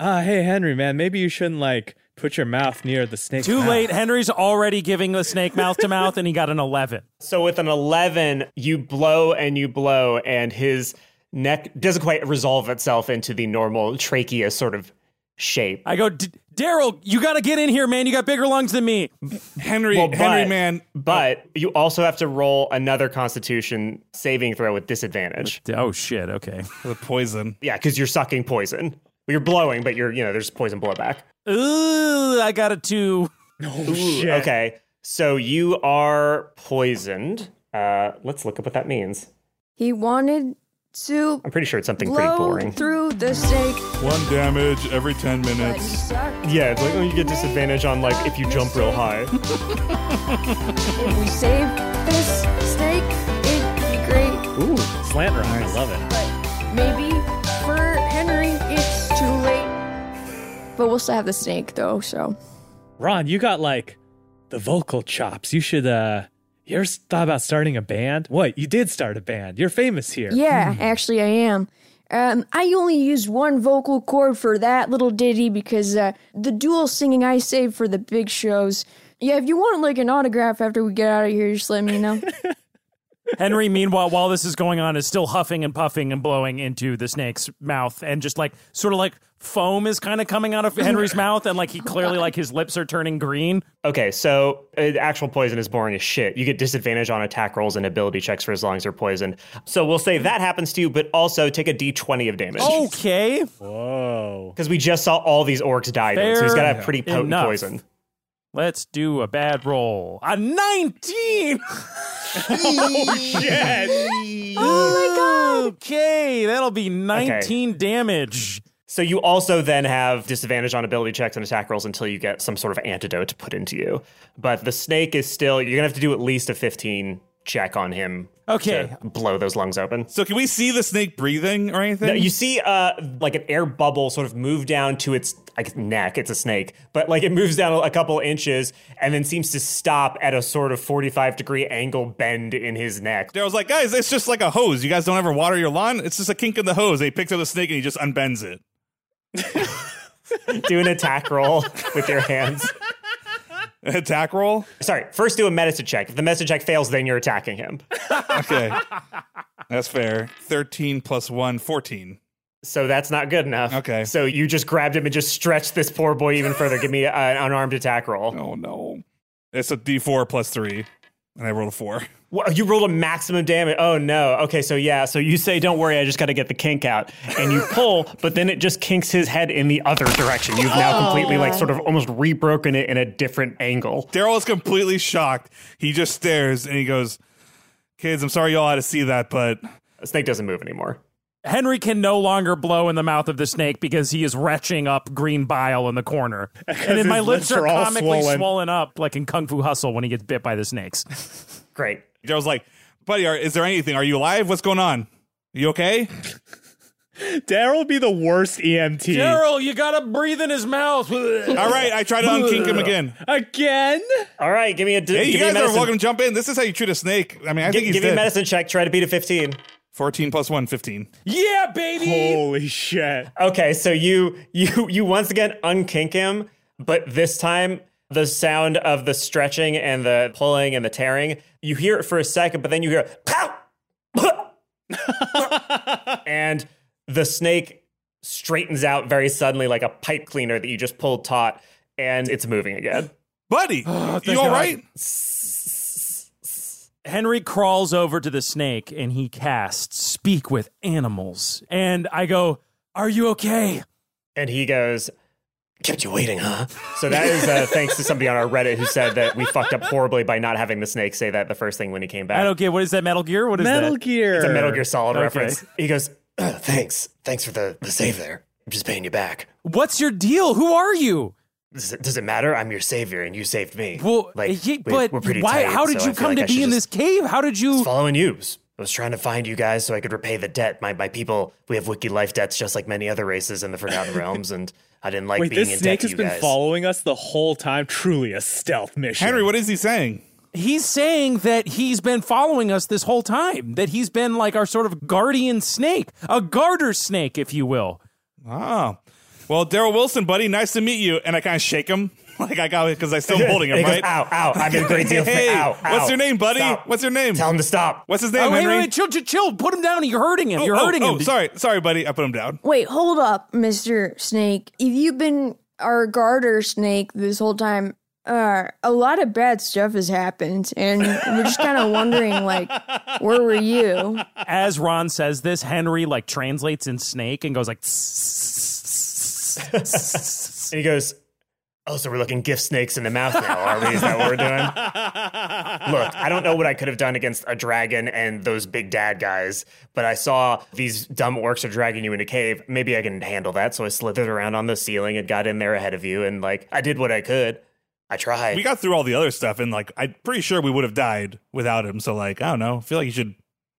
Speaker 1: "Ah, hey Henry, man, maybe you shouldn't like put your mouth near the snake."
Speaker 8: Too late. Henry's already giving the snake mouth to mouth, and he got an 11.
Speaker 7: So with an 11, you blow and you blow, and his neck doesn't quite resolve itself into the normal trachea sort of shape.
Speaker 8: I go, "D- Daryl, you got to get in here, man. You got bigger lungs than me.
Speaker 4: Henry,
Speaker 7: Well,
Speaker 4: Henry,
Speaker 7: but-
Speaker 4: man. oh.
Speaker 7: But you also have to roll another constitution saving throw with disadvantage.
Speaker 8: Oh, shit. Okay.
Speaker 4: The poison.
Speaker 7: Yeah, because you're sucking poison. You're blowing, but you're, you know, there's poison blowback.
Speaker 8: Ooh, I got a two.
Speaker 1: Oh, shit.
Speaker 7: Okay. So you are poisoned. Uh, let's look up what that means.
Speaker 6: He wanted to
Speaker 7: I'm pretty sure it's something pretty
Speaker 6: blow
Speaker 7: boring.
Speaker 6: through the snake.
Speaker 4: One damage every 10 minutes.
Speaker 7: Yeah, it's like, oh, you get disadvantage on, like, if you jump real high.
Speaker 6: If we save this snake, it'd be great.
Speaker 1: Ooh, slant rock. I love it.
Speaker 6: But maybe for Henry, it's too late. But we'll still have the snake, though, so.
Speaker 1: Ron, you got like the vocal chops. You should uh you ever thought about starting a band? What? You did start a band. You're famous here.
Speaker 6: Yeah, actually, I am. Um, I only used one vocal cord for that little ditty because uh, the dual singing I saved for the big shows. Yeah, if you want like an autograph after we get out of here, just let me know.
Speaker 8: Henry, meanwhile, while this is going on, is still huffing and puffing and blowing into the snake's mouth, and just like sort of like foam is kind of coming out of Henry's mouth, and like he clearly like his lips are turning green.
Speaker 7: Okay, so uh, actual poison is boring as shit. You get disadvantage on attack rolls and ability checks for as long as you're poisoned. So we'll say that happens to you, but also take a d20 of damage.
Speaker 8: Oh. Okay.
Speaker 4: Oh.
Speaker 7: Because we just saw all these orcs die, dude, so he's got to have pretty
Speaker 8: Fair
Speaker 7: potent
Speaker 8: enough.
Speaker 7: poison.
Speaker 8: Let's do a bad roll. A 19. oh my god. Okay, that'll be 19 damage.
Speaker 7: So you also then have disadvantage on ability checks and attack rolls until you get some sort of antidote to put into you. But the snake is still, you're going to have to do at least a 15 check on him.
Speaker 8: Okay.
Speaker 7: to blow those lungs open.
Speaker 4: So can we see the snake breathing or anything?
Speaker 7: No, you see, uh, like an air bubble sort of move down to its like neck. It's a snake, but like it moves down a couple inches and then seems to stop at a sort of forty-five degree angle bend in his neck.
Speaker 4: Daryl's like, guys, it's just like a hose. You guys don't ever water your lawn. It's just a kink in the hose. He picks up the snake and he just unbends it.
Speaker 7: Do an attack roll with your hands.
Speaker 4: Attack roll.
Speaker 7: Sorry, first do a medicine check. If the medicine check fails, then you're attacking him.
Speaker 4: Okay, that's fair. Thirteen plus one, 14.
Speaker 7: So that's not good enough.
Speaker 4: Okay.
Speaker 7: So you just grabbed him and just stretched this poor boy even further. Give me a- an unarmed attack roll.
Speaker 4: Oh no, it's a D four plus three, and I rolled a four.
Speaker 7: Wha- you rolled a maximum damage. Oh no. Okay, so yeah, so you say, "Don't worry, I just got to get the kink out," and you pull, but then it just kinks his head in the other direction. You've now completely like sort of almost rebroken it in a different angle.
Speaker 4: Daryl is completely shocked. He just stares and he goes, "Kids, I'm sorry y'all had to see that, but
Speaker 7: The snake doesn't move anymore.
Speaker 8: Henry can no longer blow in the mouth of the snake because he is retching up green bile in the corner. And then my
Speaker 4: his
Speaker 8: lips
Speaker 4: lips
Speaker 8: are
Speaker 4: are all
Speaker 8: comically swollen.
Speaker 4: swollen.
Speaker 8: up like in Kung Fu Hustle when he gets bit by the snakes.
Speaker 7: Great.
Speaker 4: Daryl's like, buddy, are, is there anything? Are you alive? What's going on? You okay?
Speaker 9: Daryl would be the worst E EMT.
Speaker 8: Daryl, you gotta breathe in his mouth.
Speaker 4: All right, I try to unkink him again.
Speaker 9: Again?
Speaker 7: All right, give me a d-
Speaker 4: Hey,
Speaker 7: give
Speaker 4: you
Speaker 7: me a
Speaker 4: guys are
Speaker 7: medicine.
Speaker 4: welcome to jump in. This is how you treat a snake. I mean, I
Speaker 7: Gi-
Speaker 4: think he's
Speaker 7: give me a
Speaker 4: dead.
Speaker 7: medicine check. Try to beat a fifteen.
Speaker 4: 14 plus 1, 15.
Speaker 8: yeah, baby.
Speaker 9: Holy shit.
Speaker 7: Okay, so you you you once again unkink him, but this time the sound of the stretching and the pulling and the tearing, you hear it for a second, but then you hear pow, and the snake straightens out very suddenly like a pipe cleaner that you just pulled taut, and it's moving again.
Speaker 4: Buddy, you all
Speaker 8: God.
Speaker 4: right?
Speaker 8: Henry crawls over to the snake and he casts Speak with Animals. And I go, Are you okay?
Speaker 7: And he goes, Kept you waiting, huh? So that is uh, thanks to somebody on our Reddit who said that we fucked up horribly by not having the snake say that the first thing when he came back.
Speaker 8: I don't get what is that Metal Gear? What is
Speaker 9: Metal
Speaker 8: that?
Speaker 9: Gear.
Speaker 7: It's a Metal Gear Solid
Speaker 8: Okay.
Speaker 7: reference. He goes, "Ugh, thanks.
Speaker 10: "Uh, Thanks for the, the save there. I'm just paying you back.
Speaker 8: What's your deal? Who are you?
Speaker 10: Does it, does it matter? I'm your savior and you saved me.
Speaker 8: Well, ye- but why?
Speaker 10: tight,
Speaker 8: how did
Speaker 10: so
Speaker 8: you
Speaker 10: I feel
Speaker 8: come
Speaker 10: like
Speaker 8: to
Speaker 10: I
Speaker 8: be
Speaker 10: should
Speaker 8: in
Speaker 10: just-
Speaker 8: this cave? How did you?
Speaker 10: Following you. I was trying to find you guys so I could repay the debt. My, my people, we have wiki life debts just like many other races in the Forgotten Realms, and I didn't like
Speaker 9: Wait,
Speaker 10: being
Speaker 9: this
Speaker 10: in
Speaker 9: snake
Speaker 10: debt to
Speaker 9: has
Speaker 10: you
Speaker 9: been
Speaker 10: guys.
Speaker 9: following us the whole time. Truly a stealth mission.
Speaker 4: Henry, what is he saying?
Speaker 8: He's saying that he's been following us this whole time, that he's been like our sort of guardian snake, a garter snake, if you will.
Speaker 4: Oh, well, Daryl Wilson, buddy, nice to meet you. And I kind of shake him. Like I got it because I'm still holding him,
Speaker 7: He goes,
Speaker 4: right?
Speaker 7: ow, ow, I've been a great deal. for-
Speaker 4: Hey,
Speaker 7: ow, ow.
Speaker 4: what's your name, buddy?
Speaker 7: Stop.
Speaker 4: What's your name?
Speaker 7: Tell him to stop.
Speaker 4: What's his name,
Speaker 8: oh, wait,
Speaker 4: Henry?
Speaker 8: wait, wait, chill, chill, chill. Put him down. You're hurting him. You're
Speaker 4: oh,
Speaker 8: hurting
Speaker 4: oh,
Speaker 8: him.
Speaker 4: sorry, sorry, buddy. I put him down.
Speaker 6: Wait, hold up, Mr. Snake. If you've been our garter snake this whole time, uh, a lot of bad stuff has happened, and we're just kind of wondering, like, where were you?
Speaker 8: As Ron says this, Henry like translates in snake and goes like. "Tss."
Speaker 7: And he goes, Oh, so we're looking gift snakes in the mouth now, are we? Is that what we're doing? Look, I don't know what I could have done against a dragon and those big dad guys, but I saw these dumb orcs are dragging you in a cave. Maybe I can handle that. So I slithered around on the ceiling and got in there ahead of you, and like I did what I could. I tried.
Speaker 4: We got through all the other stuff, and like I'm pretty sure we would have died without him. So like I don't know. I feel like you should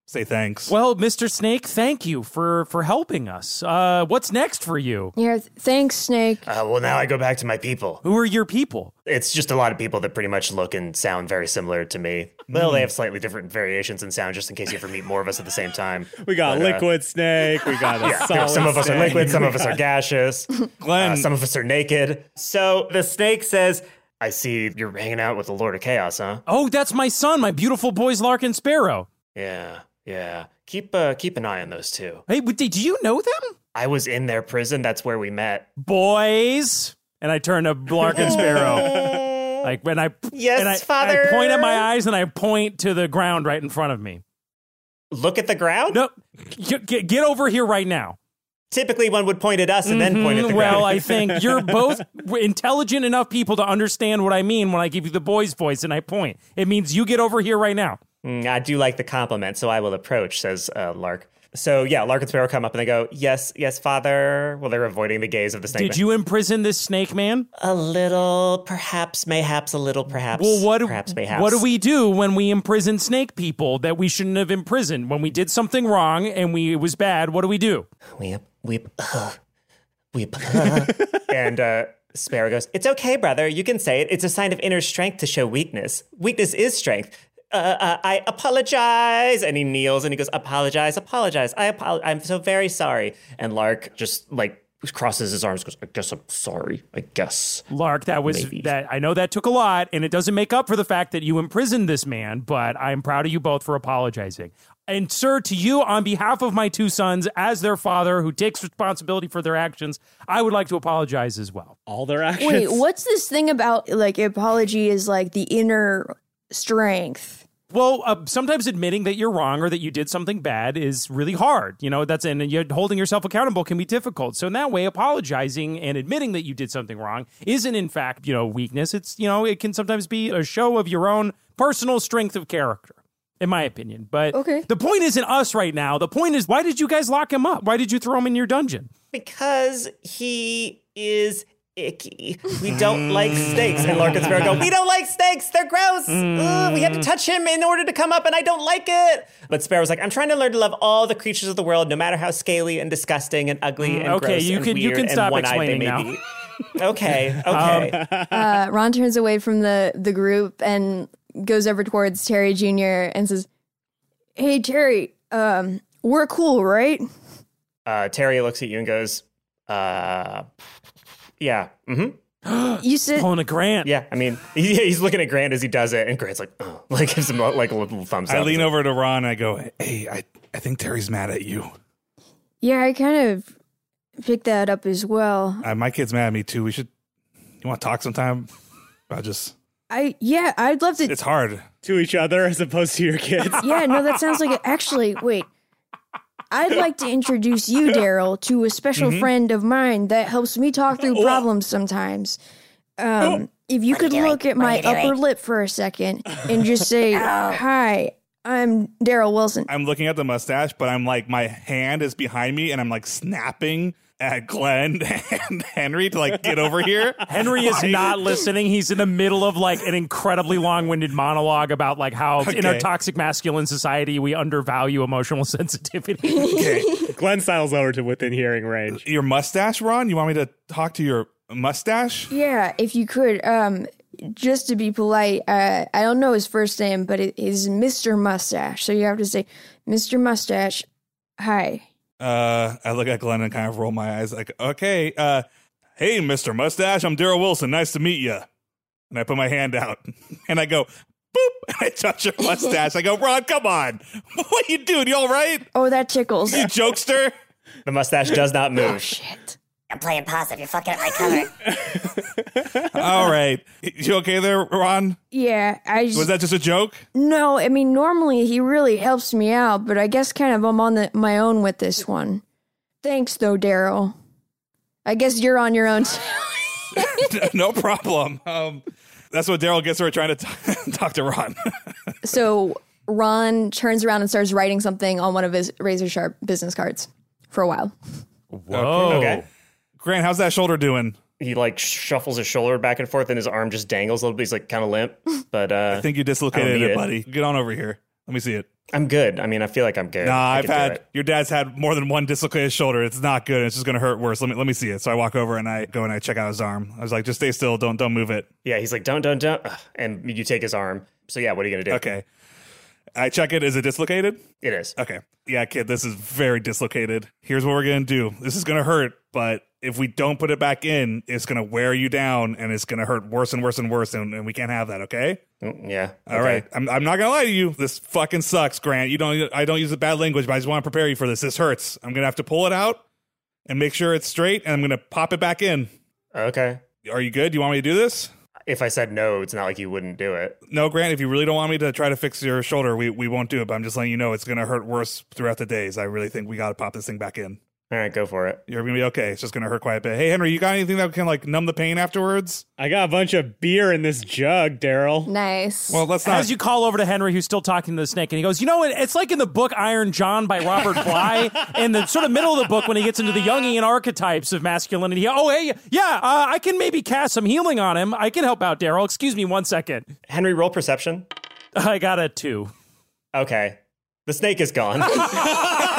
Speaker 4: say thanks.
Speaker 8: well, Mr. Snake, thank you for for helping us. Uh, what's next for you?
Speaker 6: Yeah, th- thanks, Snake.
Speaker 10: Uh, well, now I go back to my people.
Speaker 8: Who are your people?
Speaker 10: It's just a lot of people that pretty much look and sound very similar to me. Well, they have slightly different variations in sound, just in case you ever meet more of us at the same time.
Speaker 9: We got
Speaker 10: But, uh,
Speaker 9: liquid snake. We got a
Speaker 10: yeah,
Speaker 9: solid
Speaker 10: some of us are
Speaker 9: snake.
Speaker 10: liquid, some of us are gaseous,
Speaker 4: Glenn,
Speaker 10: uh, some of us are naked. So the snake says, "I see you're hanging out with the Lord of Chaos, huh?
Speaker 8: Oh, that's my son, my beautiful boys, Larkin Sparrow.
Speaker 10: Yeah, yeah. Keep uh, keep an eye on those two.
Speaker 8: Hey, w- do you know them?
Speaker 10: I was in their prison. That's where we met.
Speaker 8: boys. And I turn to Larkin Sparrow. like when I
Speaker 10: Yes,
Speaker 8: and I,
Speaker 10: father.
Speaker 8: I point at my eyes and I point to the ground right in front of me.
Speaker 10: Look at the ground.
Speaker 8: No, get, get- get over here right now. Mm-hmm.
Speaker 10: Typically, one would point at us and then point at the ground.
Speaker 8: Well, I think you're both intelligent enough people to understand what I mean when I give you the boy's voice and I point. It means you get over here right now.
Speaker 10: Mm, I do like the compliment, so I will approach. Says uh, Lark.
Speaker 7: So yeah, Lark and Sparrow come up and they go, "Yes, yes, father." Well, they're avoiding the gaze of the snake.
Speaker 8: Did you imprison this snake man?
Speaker 7: A little, perhaps, mayhaps, a little, perhaps.
Speaker 8: Well, what do,
Speaker 7: perhaps, mayhaps.
Speaker 8: what do we do when we imprison snake people that we shouldn't have imprisoned? When we did something wrong and we it was bad, what do we do?
Speaker 7: Weep, weep, uh, weep. uh. and uh, Sparrow goes, "It's okay, brother. You can say it. It's a sign of inner strength to show weakness. Weakness is strength." Uh, uh, I apologize, and he kneels and he goes, "Apologize, apologize. I apo- I'm so very sorry." And Lark just like crosses his arms, goes, "I guess I'm sorry. I guess."
Speaker 8: Lark, that was
Speaker 7: Maybe.
Speaker 8: that I know that took a lot and it doesn't make up for the fact that you imprisoned this man, but I'm proud of you both for apologizing. And sir, to you on behalf of my two sons as their father who takes responsibility for their actions, I would like to apologize as well.
Speaker 1: All their actions.
Speaker 6: Wait, what's this thing about like apology is like the inner strength?
Speaker 8: Well, uh, sometimes admitting that you're wrong or that you did something bad is really hard. You know, that's and you're holding yourself accountable can be difficult. So in that way, apologizing and admitting that you did something wrong isn't in fact, you know, weakness. It's, you know, it can sometimes be a show of your own personal strength of character. In my opinion, but
Speaker 6: Okay.
Speaker 8: the point isn't us right now. The point is, why did you guys lock him up? Why did you throw him in your dungeon?
Speaker 7: because he is icky. We don't like snakes. And Lark and Sparrow go, We don't like snakes. They're gross. Ugh, we had to touch him in order to come up, and I don't like it. But Sparrow's like, I'm trying to learn to love all the creatures of the world, no matter how scaly and disgusting and ugly and
Speaker 8: Mm, okay,
Speaker 7: gross
Speaker 8: you
Speaker 7: and
Speaker 8: can- you
Speaker 7: weird
Speaker 8: can
Speaker 7: and
Speaker 8: stop
Speaker 7: one-eyed
Speaker 8: explaining
Speaker 7: they may
Speaker 8: now. Um.
Speaker 7: be." okay, okay.
Speaker 6: Uh, Ron turns away from the the group and goes over towards Terry Jr. and says, "Hey Terry, um, we're cool, right?"
Speaker 7: Uh, Terry looks at you and goes, uh, Yeah, hmm
Speaker 6: You said
Speaker 8: Pulling a Grant.
Speaker 7: yeah. I mean, he, he's looking at Grant as he does it, and Grant's like, "Ugh," like gives him like a little thumbs up.
Speaker 4: I lean over to Ron and I go, "Hey, I, I think Terry's mad at you.
Speaker 6: Yeah, I kind of picked that up as well.
Speaker 4: Uh, my kid's mad at me too. We should. You want to talk sometime? I just.
Speaker 6: I yeah, I'd love to.
Speaker 4: It's hard.
Speaker 9: to each other as opposed to your kids.
Speaker 6: yeah, no, that sounds like it. Actually, wait. I'd like to introduce you, Daryl, to a special
Speaker 4: Mm-hmm.
Speaker 6: friend of mine that helps me talk through
Speaker 4: Oh.
Speaker 6: problems sometimes. Um, if you Oh. could look at my upper lip for a second and just say, "Hi, I'm Daryl Wilson."
Speaker 4: I'm looking at the mustache, but I'm like, my hand is behind me, and I'm like snapping at Glenn and Henry to like get over here.
Speaker 8: Henry is
Speaker 4: Like,
Speaker 8: not listening. He's in the middle of like an incredibly long-winded monologue about like how in a
Speaker 4: Okay.
Speaker 8: toxic masculine society we undervalue emotional sensitivity.
Speaker 9: Glenn Styles over to within hearing range.
Speaker 4: Your mustache, Ron. You want me to talk to your mustache?
Speaker 6: Yeah, if you could, um, just to be polite, uh, I don't know his first name, but it is Mr. Mustache. So you have to say, "Mr. Mustache, hi."
Speaker 4: Uh, I look at Glenn and kind of roll my eyes, like, okay, uh, hey, Mr. Mustache, I'm Daryl Wilson. Nice to meet you. And I put my hand out and I go, boop, and I touch your mustache. I go, Ron, come on. What you doing? You all right?
Speaker 6: Oh, that tickles.
Speaker 4: You jokester?
Speaker 7: The mustache does not move.
Speaker 6: Oh, Shit.
Speaker 11: I'm playing possum. You're fucking up my cover.
Speaker 4: all right. You okay there, Ron?
Speaker 6: Yeah, I just,
Speaker 4: Was that just a joke?
Speaker 6: No, I mean normally he really helps me out, but I guess kind of I'm on the, my own with this one. Thanks though, Daryl. I guess you're on your own.
Speaker 4: no problem. Um, that's what Daryl gets for trying to t- talk to Ron.
Speaker 6: so Ron turns around and starts writing something on one of his razor sharp business cards for a while.
Speaker 8: Whoa.
Speaker 7: Okay.
Speaker 4: Grant, how's that shoulder doing?
Speaker 7: he like shuffles his shoulder back and forth and his arm just dangles a little bit. He's like kind of limp, but uh,
Speaker 4: I think you
Speaker 7: I
Speaker 4: dislocated
Speaker 7: don't need
Speaker 4: it,
Speaker 7: it.
Speaker 4: buddy. Get on over here. Let me see it.
Speaker 7: I'm good. I mean, I feel like I'm good.
Speaker 4: Nah,
Speaker 7: I
Speaker 4: I've
Speaker 7: can do
Speaker 4: had
Speaker 7: it.
Speaker 4: your dad's had more than one dislocated shoulder. It's not good. It's just gonna hurt worse. Let me let me see it. So I walk over and I go and I check out his arm. I was like, just stay still. Don't don't move it.
Speaker 7: Yeah, he's like, don't, don't, don't. Ugh, And you take his arm. So, yeah, what are you going to do?
Speaker 4: Okay. I check it. Is it dislocated?
Speaker 7: It is.
Speaker 4: Okay. Yeah, kid. This is very dislocated. Here's what we're gonna do. This is gonna hurt, but if we don't put it back in, it's gonna wear you down and it's gonna hurt worse and worse and worse. And, and we can't have that. Okay.
Speaker 7: Mm, Yeah.
Speaker 4: All right. I'm, I'm not gonna lie to you. This fucking sucks, Grant. You don't. I don't use the bad language, but I just want to prepare you for this. This hurts. I'm gonna have to pull it out and make sure it's straight, and I'm gonna pop it back in.
Speaker 7: Okay.
Speaker 4: Are you good? Do you want me to do this?
Speaker 7: If I said no, it's not like you wouldn't do it.
Speaker 4: No, Grant. If you really don't want me to try to fix your shoulder, we we won't do it. But I'm just letting you know it's gonna hurt worse throughout the days. I really think we gotta pop this thing back in.
Speaker 7: All right, go for it.
Speaker 4: You're gonna be okay. It's just gonna hurt quite a bit. Hey, Henry, you got anything that can like numb the pain afterwards?
Speaker 9: I got a bunch of beer in this jug, Daryl.
Speaker 6: Nice.
Speaker 4: Well, let's not.
Speaker 8: As you call over to Henry, who's still talking to the snake, and he goes, "You know what? It's like in the book Iron John by Robert Bly, in the sort of middle of the book when he gets into the Jungian archetypes of masculinity. Oh, hey, yeah, uh, I can maybe cast some healing on him. I can help out, Daryl. Excuse me one second.
Speaker 7: Henry, roll perception.
Speaker 8: I got a two.
Speaker 7: Okay, the snake is gone.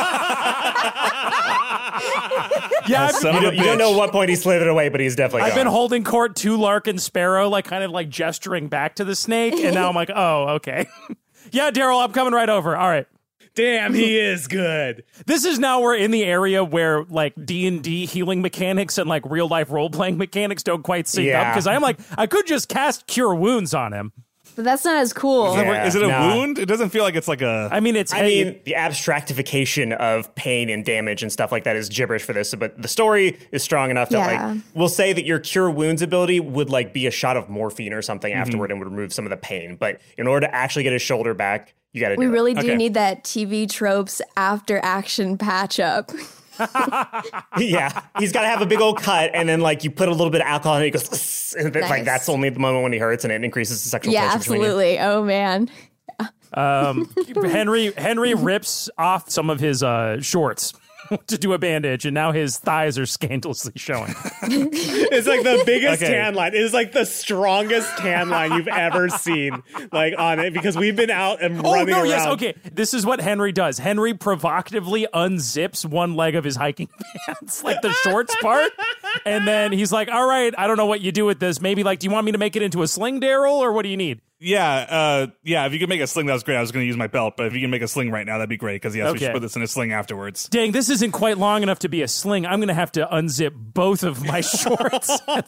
Speaker 8: yeah, I've,
Speaker 7: you, don't, you don't know what point he slithered away, but he's definitely.
Speaker 8: I've been
Speaker 9: uh,
Speaker 7: gone.
Speaker 8: holding court to Larkin Sparrow, like kind of like gesturing back to the snake, and now I'm like, oh, okay. yeah, Daryl, I'm coming right over. All right.
Speaker 9: Damn, he is good.
Speaker 8: This is now we're in the area where like D and D healing mechanics and like real life role playing mechanics don't quite sync up
Speaker 7: Yeah.
Speaker 8: because I'm like I could just cast cure wounds on him.
Speaker 6: But that's not as cool.
Speaker 7: Yeah,
Speaker 4: Is it a
Speaker 7: nah.
Speaker 4: wound? It doesn't feel like it's like a.
Speaker 8: I mean it's
Speaker 7: I
Speaker 8: hey,
Speaker 7: mean, the abstractification of pain and damage and stuff like that is gibberish for this, but the story is strong enough that,
Speaker 6: Yeah.
Speaker 7: like, we'll say that your cure wounds ability would, like, be a shot of morphine or something
Speaker 8: Mm-hmm.
Speaker 7: afterward and would remove some of the pain. But in order to actually get his shoulder back, you got to do
Speaker 6: we
Speaker 7: it.
Speaker 6: really do
Speaker 4: Okay.
Speaker 6: need that TV tropes after action patch up.
Speaker 7: yeah, he's got to have a big old cut, and then like you put a little bit of alcohol, and he goes, and then,
Speaker 6: Nice.
Speaker 7: like that's only the moment when he hurts, and it increases the sexual
Speaker 6: yeah,
Speaker 7: tension between you.
Speaker 6: absolutely. Oh man.
Speaker 8: um, Henry Henry rips off some of his uh, shorts to do a bandage, and now his thighs are scandalously showing.
Speaker 9: It's like the biggest
Speaker 4: Okay.
Speaker 9: tan line. It is like the strongest tan line you've ever seen, like on it, because we've been out and
Speaker 8: Oh
Speaker 9: running
Speaker 8: no!
Speaker 9: around.
Speaker 8: Yes, okay. This is what Henry does. Henry provocatively unzips one leg of his hiking pants, like the shorts part, and then he's like, "All right, I don't know what you do with this. Maybe like, do you want me to make it into a sling, Daryl, or what do you need?"
Speaker 4: yeah, uh, yeah. If you could make a sling, that was great. I was gonna use my belt, but if you can make a sling right now, that'd be great. Because yes, we should
Speaker 8: Okay.
Speaker 4: put this in a sling afterwards.
Speaker 8: Dang, this isn't quite long enough to be a sling. I'm gonna have to unzip both of my shorts,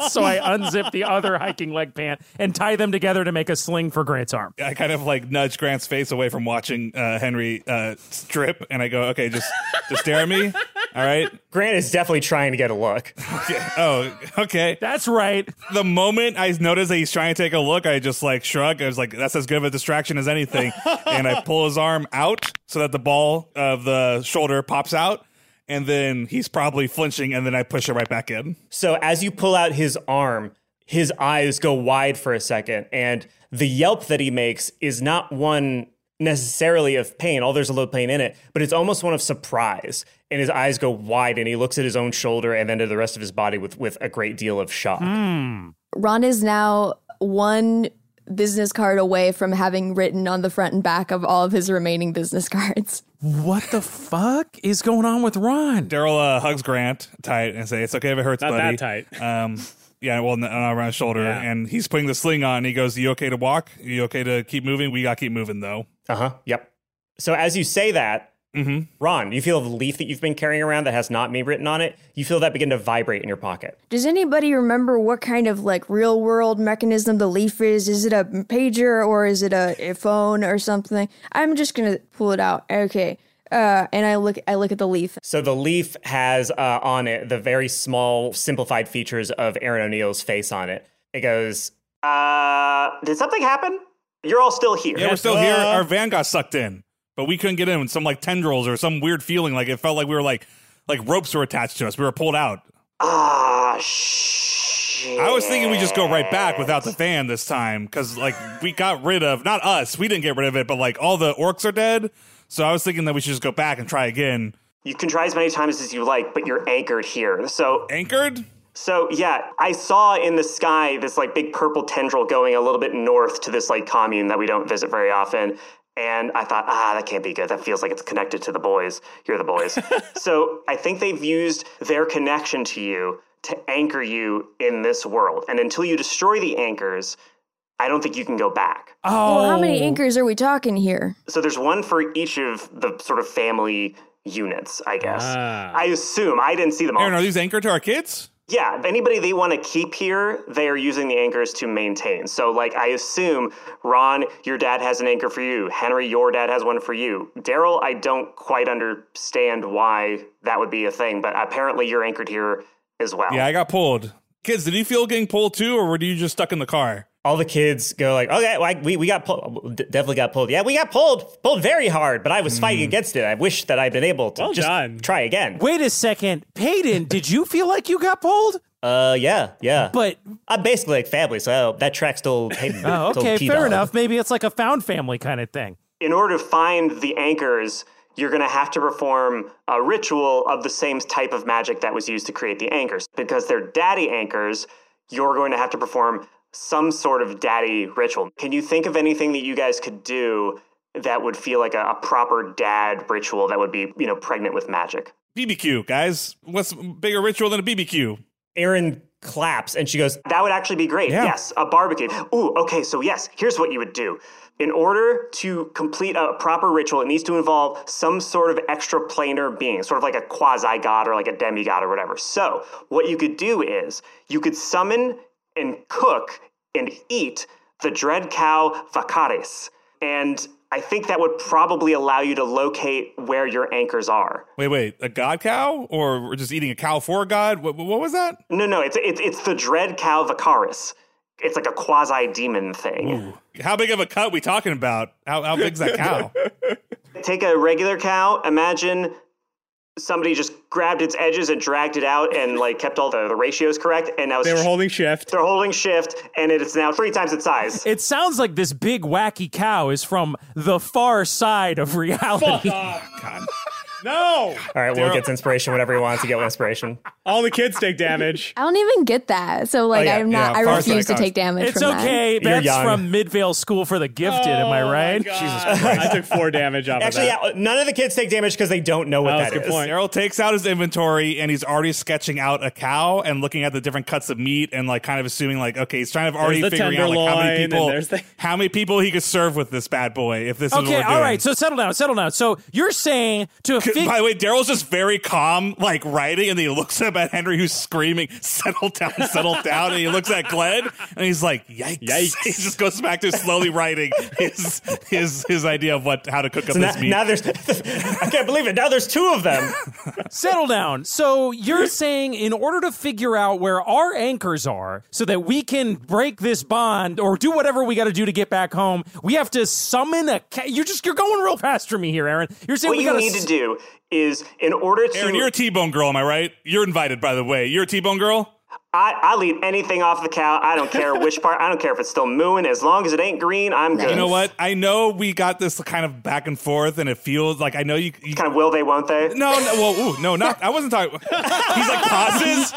Speaker 8: so I unzip the other hiking leg pant and tie them together to make a sling for Grant's arm.
Speaker 4: I kind of like nudge Grant's face away from watching uh, Henry uh, strip, and I go, "Okay, just just stare at me, all right?
Speaker 7: Grant is definitely trying to get a look.
Speaker 4: Okay. Oh, okay."
Speaker 8: That's right.
Speaker 4: The moment I notice that he's trying to take a look, I just like shrug. I was like, "That's as good of a distraction as anything," and I pull his arm out so that the ball of the shoulder pops out, and then he's probably flinching, and then I push it right back in.
Speaker 7: So as you pull out his arm, his eyes go wide for a second, and the yelp that he makes is not one necessarily of pain, although there's a little pain in it, but it's almost one of surprise. And his eyes go wide, and he looks at his own shoulder and then to the rest of his body with with a great deal of shock.
Speaker 6: Mm. Ron is now one business card away from having written on the front and back of all of his remaining business cards.
Speaker 8: What the fuck is going on with Ron?
Speaker 4: Daryl uh, hugs Grant tight and say, "It's okay if it hurts,
Speaker 9: Not
Speaker 4: buddy."
Speaker 9: that tight.
Speaker 4: Um, yeah, well, n- around his shoulder,
Speaker 9: Yeah.
Speaker 4: and he's putting the sling on. He goes, "You okay to walk? You okay to keep moving? We got to keep moving, though."
Speaker 7: Uh-huh. Yep. So as you say that,
Speaker 4: Mm-hmm.
Speaker 7: Ron, you feel the leaf that you've been carrying around that has not me written on it. You feel that begin to vibrate in your pocket.
Speaker 6: Does anybody remember what kind of like real world mechanism the leaf is? Is it a pager or is it a, a phone or something? I'm just gonna pull it out. Okay. Uh, and I look I look at the leaf.
Speaker 7: So the leaf has uh, on it the very small, simplified features of Aaron O'Neill's face on it. It goes, uh, did something happen? You're all still here.
Speaker 4: Yeah, we're still here.
Speaker 9: uh,
Speaker 4: Our van got sucked in, but we couldn't get in. Some like tendrils or some weird feeling. Like it felt like we were like like ropes were attached to us. We were pulled out.
Speaker 10: Ah, shit.
Speaker 4: I was thinking we just go right back without the van this time because like we got rid of not us. We didn't get rid of it, but like all the orcs are dead. So I was thinking that we should just go back and try again.
Speaker 10: You can try as many times as you like, but you're anchored here. So,
Speaker 4: Anchored.
Speaker 10: so yeah, I saw in the sky this like big purple tendril going a little bit north to this like commune that we don't visit very often. And I thought, ah, that can't be good. That feels like it's connected to the boys. You're the boys. so I think they've used their connection to you to anchor you in this world. And until you destroy the anchors, I don't think you can go back.
Speaker 8: Oh,
Speaker 6: Well, how many anchors are we talking here?
Speaker 10: So there's one for each of the sort of family units, I guess. I assume. I didn't see them all.
Speaker 4: Ah. Aaron, are these anchored to our kids?
Speaker 10: yeah, anybody they want to keep here, they are using the anchors to maintain. So, like, I assume, Ron, your dad has an anchor for you. Henry, your dad has one for you. Daryl, I don't quite understand why that would be a thing, but apparently you're anchored here as well.
Speaker 4: Yeah, I got pulled. Kids, did you feel getting pulled too, or were you just stuck in the car?
Speaker 12: all the kids go like, okay, well, I, we, we got pulled. Definitely got pulled. Yeah, we got pulled, pulled very hard, but I was fighting against it. I wish that I'd been able to just try again.
Speaker 8: Wait a second, Peyton, did you feel like you got pulled?
Speaker 12: Uh, yeah, yeah.
Speaker 8: But
Speaker 12: I'm basically like family, so that track still Peyton.
Speaker 8: Oh,
Speaker 12: still
Speaker 8: okay,
Speaker 12: T-Dog.
Speaker 8: fair enough. Maybe it's like a found family kind of thing.
Speaker 7: in order to find the anchors, you're going to have to perform a ritual of the same type of magic that was used to create the anchors. Because they're daddy anchors, you're going to have to perform some sort of daddy ritual. Can you think of anything that you guys could do that would feel like a, a proper dad ritual that would be, you know, pregnant with magic?
Speaker 4: BBQ, guys. What's bigger ritual than a BBQ?
Speaker 12: Aaron claps and she goes,
Speaker 7: That would actually be great.
Speaker 4: Yeah.
Speaker 7: Yes, a barbecue. Ooh, okay, so yes, here's what you would do. In order to complete a proper ritual, it needs to involve some sort of extraplanar being, sort of like a quasi god or like a demigod or whatever. So, what you could do is you could summon and cook and eat the dread cow Vakaris. And I think that would probably allow you to locate where your anchors are.
Speaker 4: Wait, wait. A god cow, or we're just eating a cow for a god? What, what was that?
Speaker 7: No, no, it's, it's, it's the dread cow Vakaris. It's like a quasi demon thing.
Speaker 4: How big of a cut we talking about? How, how big's that cow?
Speaker 7: Take a regular cow. Imagine somebody just grabbed its edges and dragged it out and like kept all the, the ratios correct. And I was
Speaker 1: They were holding shift.
Speaker 7: They're holding shift, and it is now three times its size.
Speaker 8: It sounds like this big wacky cow is from the far side of reality.
Speaker 1: No.
Speaker 12: All right, Will gets inspiration whenever he wants to get inspiration.
Speaker 1: All the kids take damage.
Speaker 6: I don't even get that. So
Speaker 12: Oh,
Speaker 6: like
Speaker 12: yeah,
Speaker 6: I'm not.
Speaker 12: yeah,
Speaker 6: I
Speaker 12: far
Speaker 6: refuse to
Speaker 12: sight.
Speaker 6: take damage.
Speaker 8: It's
Speaker 6: from that.
Speaker 8: okay.
Speaker 12: You're
Speaker 8: That's
Speaker 12: young.
Speaker 8: from Midvale School for the Gifted. am
Speaker 9: Oh
Speaker 8: I right? Jesus
Speaker 1: Christ. I took four damage off
Speaker 12: Actually, yeah, none of the kids take damage because they don't know what
Speaker 4: Oh.
Speaker 12: that is.
Speaker 4: Errol takes out his inventory and he's already sketching out a cow and looking at the different cuts of meat and like kind of assuming like okay, he's trying to already
Speaker 1: the
Speaker 4: figuring out like how
Speaker 1: tenderloin,
Speaker 4: many
Speaker 1: and
Speaker 4: people
Speaker 1: there's the-
Speaker 4: how many people he could serve with this bad boy if this is what
Speaker 8: Okay,
Speaker 4: we're
Speaker 8: all
Speaker 4: doing.
Speaker 8: right. So settle down, settle down. So you're saying to a fig-
Speaker 4: By the way, Daryl's just very calm, like writing, and then he looks up at Henry, who's screaming, "Settle down, settle down!" And he looks at Glenn, and he's like, "Yikes!" he just goes back to slowly writing his his his idea of what how to cook up
Speaker 12: So now,
Speaker 4: this meat.
Speaker 12: now there's, I can't believe it. Now there's two of them.
Speaker 8: settle down. So you're saying in order to figure out where our anchors are, so that we can break this bond or do whatever we got to do to get back home, we have to summon a. Ca- you're just you're going real fast for me here, Aaron. You're saying
Speaker 7: what
Speaker 8: we
Speaker 7: you
Speaker 8: got
Speaker 7: need to do is, in order to,
Speaker 4: Aaron, you're a T-bone girl, am I right? You're invited, by the way. You're a T-bone girl.
Speaker 7: I, I'll eat anything off the cow. I don't care which part. I don't care if it's still mooing. As long as it ain't green, I'm good.
Speaker 4: You know what? I know we got this kind of back and forth, and it feels like I know you. you
Speaker 7: kind of will they, won't they?
Speaker 4: No, no, well, ooh, no, not. I wasn't talking. He's like
Speaker 7: Uh,
Speaker 4: pauses.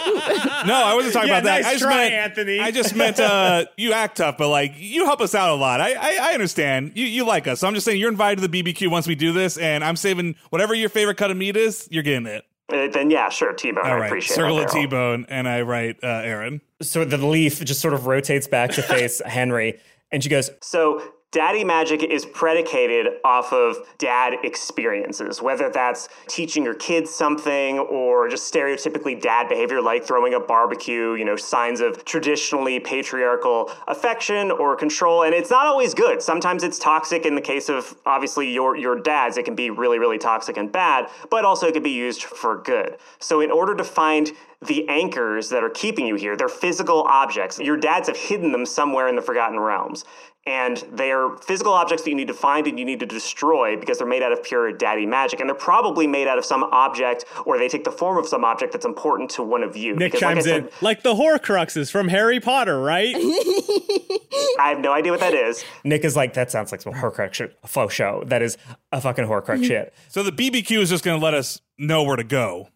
Speaker 4: No, I wasn't talking
Speaker 1: Yeah,
Speaker 4: about that.
Speaker 1: nice
Speaker 4: I just
Speaker 1: try,
Speaker 4: meant,
Speaker 1: Anthony.
Speaker 4: I just meant uh, you act tough, but like you help us out a lot. I, I, I understand. You, you like us. So I'm just saying you're invited to the BBQ once we do this, and I'm saving whatever your favorite cut of meat is. You're getting it.
Speaker 7: Uh, then yeah, sure, T-bone.
Speaker 4: All
Speaker 7: I
Speaker 4: right,
Speaker 7: appreciate
Speaker 4: circle
Speaker 7: it.
Speaker 4: of T-bone, and I write uh, Aaron.
Speaker 12: So the leaf just sort of rotates back to face Henry, and she goes,
Speaker 7: So, daddy magic is predicated off of dad experiences, whether that's teaching your kids something or just stereotypically dad behavior like throwing a barbecue, you know, signs of traditionally patriarchal affection or control. And it's not always good. Sometimes it's toxic in the case of obviously your, your dads. It can be really, really toxic and bad, but also it can be used for good. So, in order to find the anchors that are keeping you here, they're physical objects. Your dads have hidden them somewhere in the Forgotten Realms. And they are physical objects that you need to find and you need to destroy because they're made out of pure daddy magic. And they're probably made out of some object or they take the form of some object that's important to one of you.
Speaker 1: Nick
Speaker 7: Because like I
Speaker 1: chimes
Speaker 7: said,
Speaker 1: in like the Horcruxes from Harry Potter, right?
Speaker 7: I have no idea what that is.
Speaker 12: Nick is like, that sounds like some horcrux shit, a faux show. That is a fucking
Speaker 6: Mm-hmm.
Speaker 12: horcrux shit.
Speaker 4: So the BBQ is just going to let us know where to go.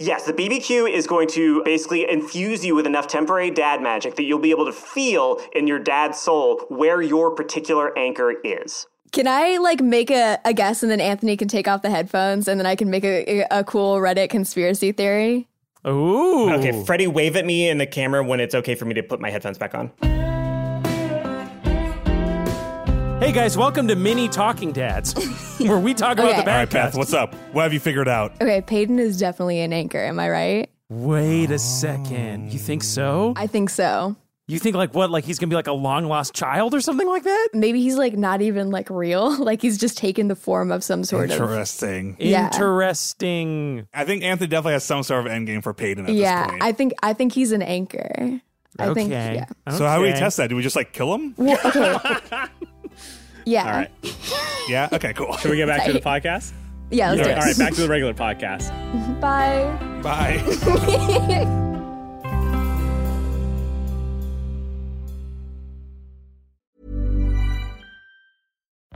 Speaker 7: Yes, the BBQ is going to basically infuse you with enough temporary dad magic that you'll be able to feel in your dad's soul where your particular anchor is.
Speaker 6: Can I like make a, a guess and then Anthony can take off the headphones and then I can make a, a cool Reddit conspiracy theory?
Speaker 8: Ooh.
Speaker 12: Okay, Freddie, wave at me in the camera when it's okay for me to put my headphones back on.
Speaker 8: Hey guys, welcome to Mini Talking Dads, where we talk about
Speaker 6: Okay.
Speaker 8: the
Speaker 4: All
Speaker 8: bad
Speaker 4: right, Beth, what's up? What have you figured out?
Speaker 6: Okay, Peyton is definitely an anchor. Am I right?
Speaker 8: Wait a second. You think so?
Speaker 6: I think so.
Speaker 8: You think like what? Like he's gonna be like a long lost child or something like that?
Speaker 6: Maybe he's like not even like real. Like he's just taken the form of some sort of.
Speaker 4: Interesting.
Speaker 6: Yeah.
Speaker 8: Interesting.
Speaker 4: I think Anthony definitely has some sort of endgame for Payton at this
Speaker 6: Yeah,
Speaker 4: point.
Speaker 6: I think I think he's an anchor. I think yeah.
Speaker 4: So how do we test that? Do we just like kill him?
Speaker 6: Well, okay. yeah.
Speaker 4: All right. yeah. Okay. Cool.
Speaker 9: Should we get back to the podcast?
Speaker 6: Yeah, let's
Speaker 9: all
Speaker 6: do
Speaker 9: right,
Speaker 6: it.
Speaker 9: all right, back to the regular podcast.
Speaker 6: Bye.
Speaker 4: Bye.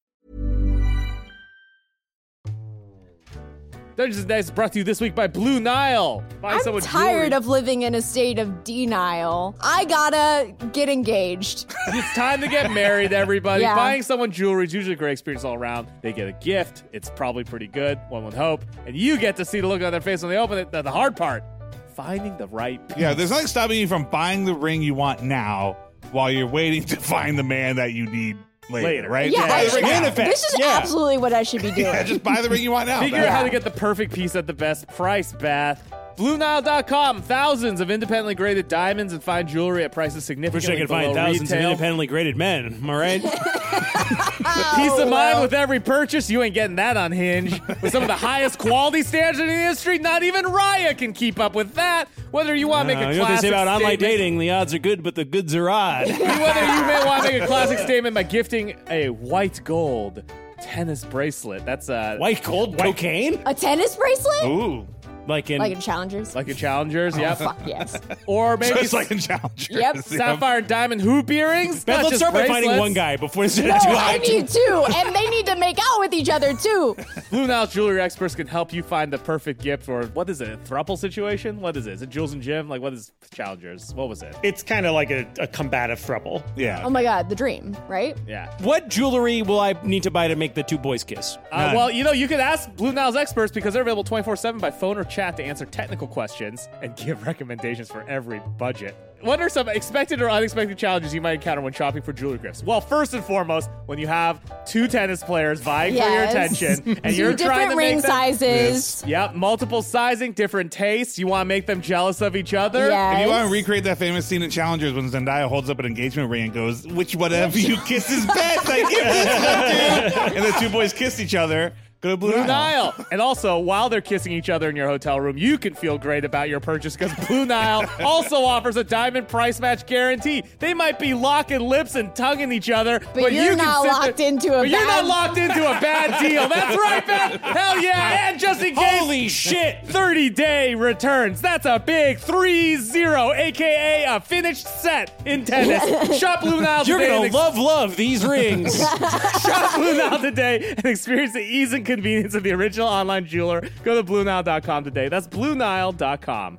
Speaker 1: Dungeons and Dice is brought to you this week by Blue Nile. Buy
Speaker 6: I'm
Speaker 1: someone
Speaker 6: tired
Speaker 1: jewelry.
Speaker 6: of living in a state of denial. I gotta get engaged.
Speaker 1: It's time to get married, everybody.
Speaker 6: Yeah.
Speaker 1: Buying someone jewelry is usually a great experience all around. They get a gift. It's probably pretty good, one would hope. And you get to see the look on their face when they open it. The, the hard part, finding the right piece.
Speaker 4: Yeah, there's nothing stopping you from buying the ring you want now while you're waiting to find the man that you need later,
Speaker 1: Later.
Speaker 4: right?
Speaker 1: Yeah,
Speaker 4: Buy
Speaker 1: I
Speaker 4: the ring
Speaker 1: should-
Speaker 4: in effect.
Speaker 6: This is
Speaker 4: Yeah.
Speaker 6: absolutely what I should be doing.
Speaker 4: Yeah, just buy the ring you want now.
Speaker 1: Figure out how to get the perfect piece at the best price, Bath. BlueNile.com. Thousands of independently graded diamonds and fine jewelry at prices
Speaker 5: Wish I
Speaker 1: significantly
Speaker 5: could
Speaker 1: below
Speaker 5: find thousands
Speaker 1: retail.
Speaker 5: of independently graded men. Am I right?
Speaker 1: Peace
Speaker 6: Oh,
Speaker 1: of mind
Speaker 5: well.
Speaker 1: with every purchase. You ain't getting that on Hinge. With some of the highest quality standards in the industry, not even Raya can keep up with that. Whether you want to make
Speaker 5: Uh,
Speaker 1: a
Speaker 5: you know what they
Speaker 1: classic
Speaker 5: say about online
Speaker 1: statement-
Speaker 5: dating? The odds are good, but the goods are odd.
Speaker 1: Whether you may want to make a classic statement by gifting a white gold tennis bracelet. That's uh,
Speaker 5: white gold cocaine.
Speaker 6: A tennis bracelet?
Speaker 4: Ooh,
Speaker 5: like in
Speaker 6: Like in Challengers?
Speaker 1: like in challengers.
Speaker 6: Oh,
Speaker 1: yep.
Speaker 6: fuck yes.
Speaker 1: Or maybe
Speaker 4: Just like in challengers.
Speaker 6: Yep.
Speaker 1: Sapphire and diamond hoop earrings.
Speaker 5: Beth,
Speaker 1: not
Speaker 5: let's
Speaker 1: just
Speaker 5: start by finding
Speaker 1: bracelets.
Speaker 5: one guy before it's
Speaker 6: No, I need two, and they need to make out with each other too.
Speaker 1: Blue Nile jewelry experts can help you find the perfect gift, or what is it? A thruple situation? What is it? Is it Jules and Jim? Like what is challengers? What was it?
Speaker 9: It's kind of like a, a combative throuple.
Speaker 4: Yeah.
Speaker 1: Um,
Speaker 6: Oh my god, the dream, right?
Speaker 1: Yeah.
Speaker 5: What jewelry will I need to buy to make the two boys kiss?
Speaker 1: Uh, well, you know, you can ask Blue Nile's experts because they're available 24 7 by phone or chat to answer technical questions and give recommendations for every budget. What are some expected or unexpected challenges you might encounter when shopping for jewelry gifts? Well, first and foremost, when you have two tennis players vying
Speaker 6: Yes.
Speaker 1: for your attention and
Speaker 6: Two
Speaker 1: you're trying
Speaker 6: different
Speaker 1: to
Speaker 6: ring
Speaker 1: make them-
Speaker 6: sizes.
Speaker 1: Yep, multiple sizing, different tastes. You want to make them jealous of each other.
Speaker 6: Yeah.
Speaker 4: If you want to recreate that famous scene in Challengers when Zendaya holds up an engagement ring and goes, "Which one of you kisses best?" I give this one to," and the two boys kiss each other. Go to Blue,
Speaker 1: Blue
Speaker 4: Nile.
Speaker 1: Nile. And also, while they're kissing each other in your hotel room, you can feel great about your purchase because Blue Nile also offers a diamond price match guarantee. They might be locking lips and tonguing each other, but,
Speaker 6: you're
Speaker 1: you can
Speaker 6: not
Speaker 1: sit
Speaker 6: locked
Speaker 1: there-
Speaker 6: into a
Speaker 1: But you're not
Speaker 6: bad-
Speaker 1: locked into a bad deal. That's right, Ben. Hell yeah! And just in case,
Speaker 5: Holy shit!
Speaker 1: 30 day returns. That's a big 3 0, aka a finished set in tennis. Shop Blue Nile
Speaker 5: You're
Speaker 1: today and
Speaker 5: gonna
Speaker 1: ex-
Speaker 5: love love these rings.
Speaker 1: Shop Blue Nile today and experience the ease and convenience of the original online jeweler. Go to BlueNile.com today. That's BlueNile.com.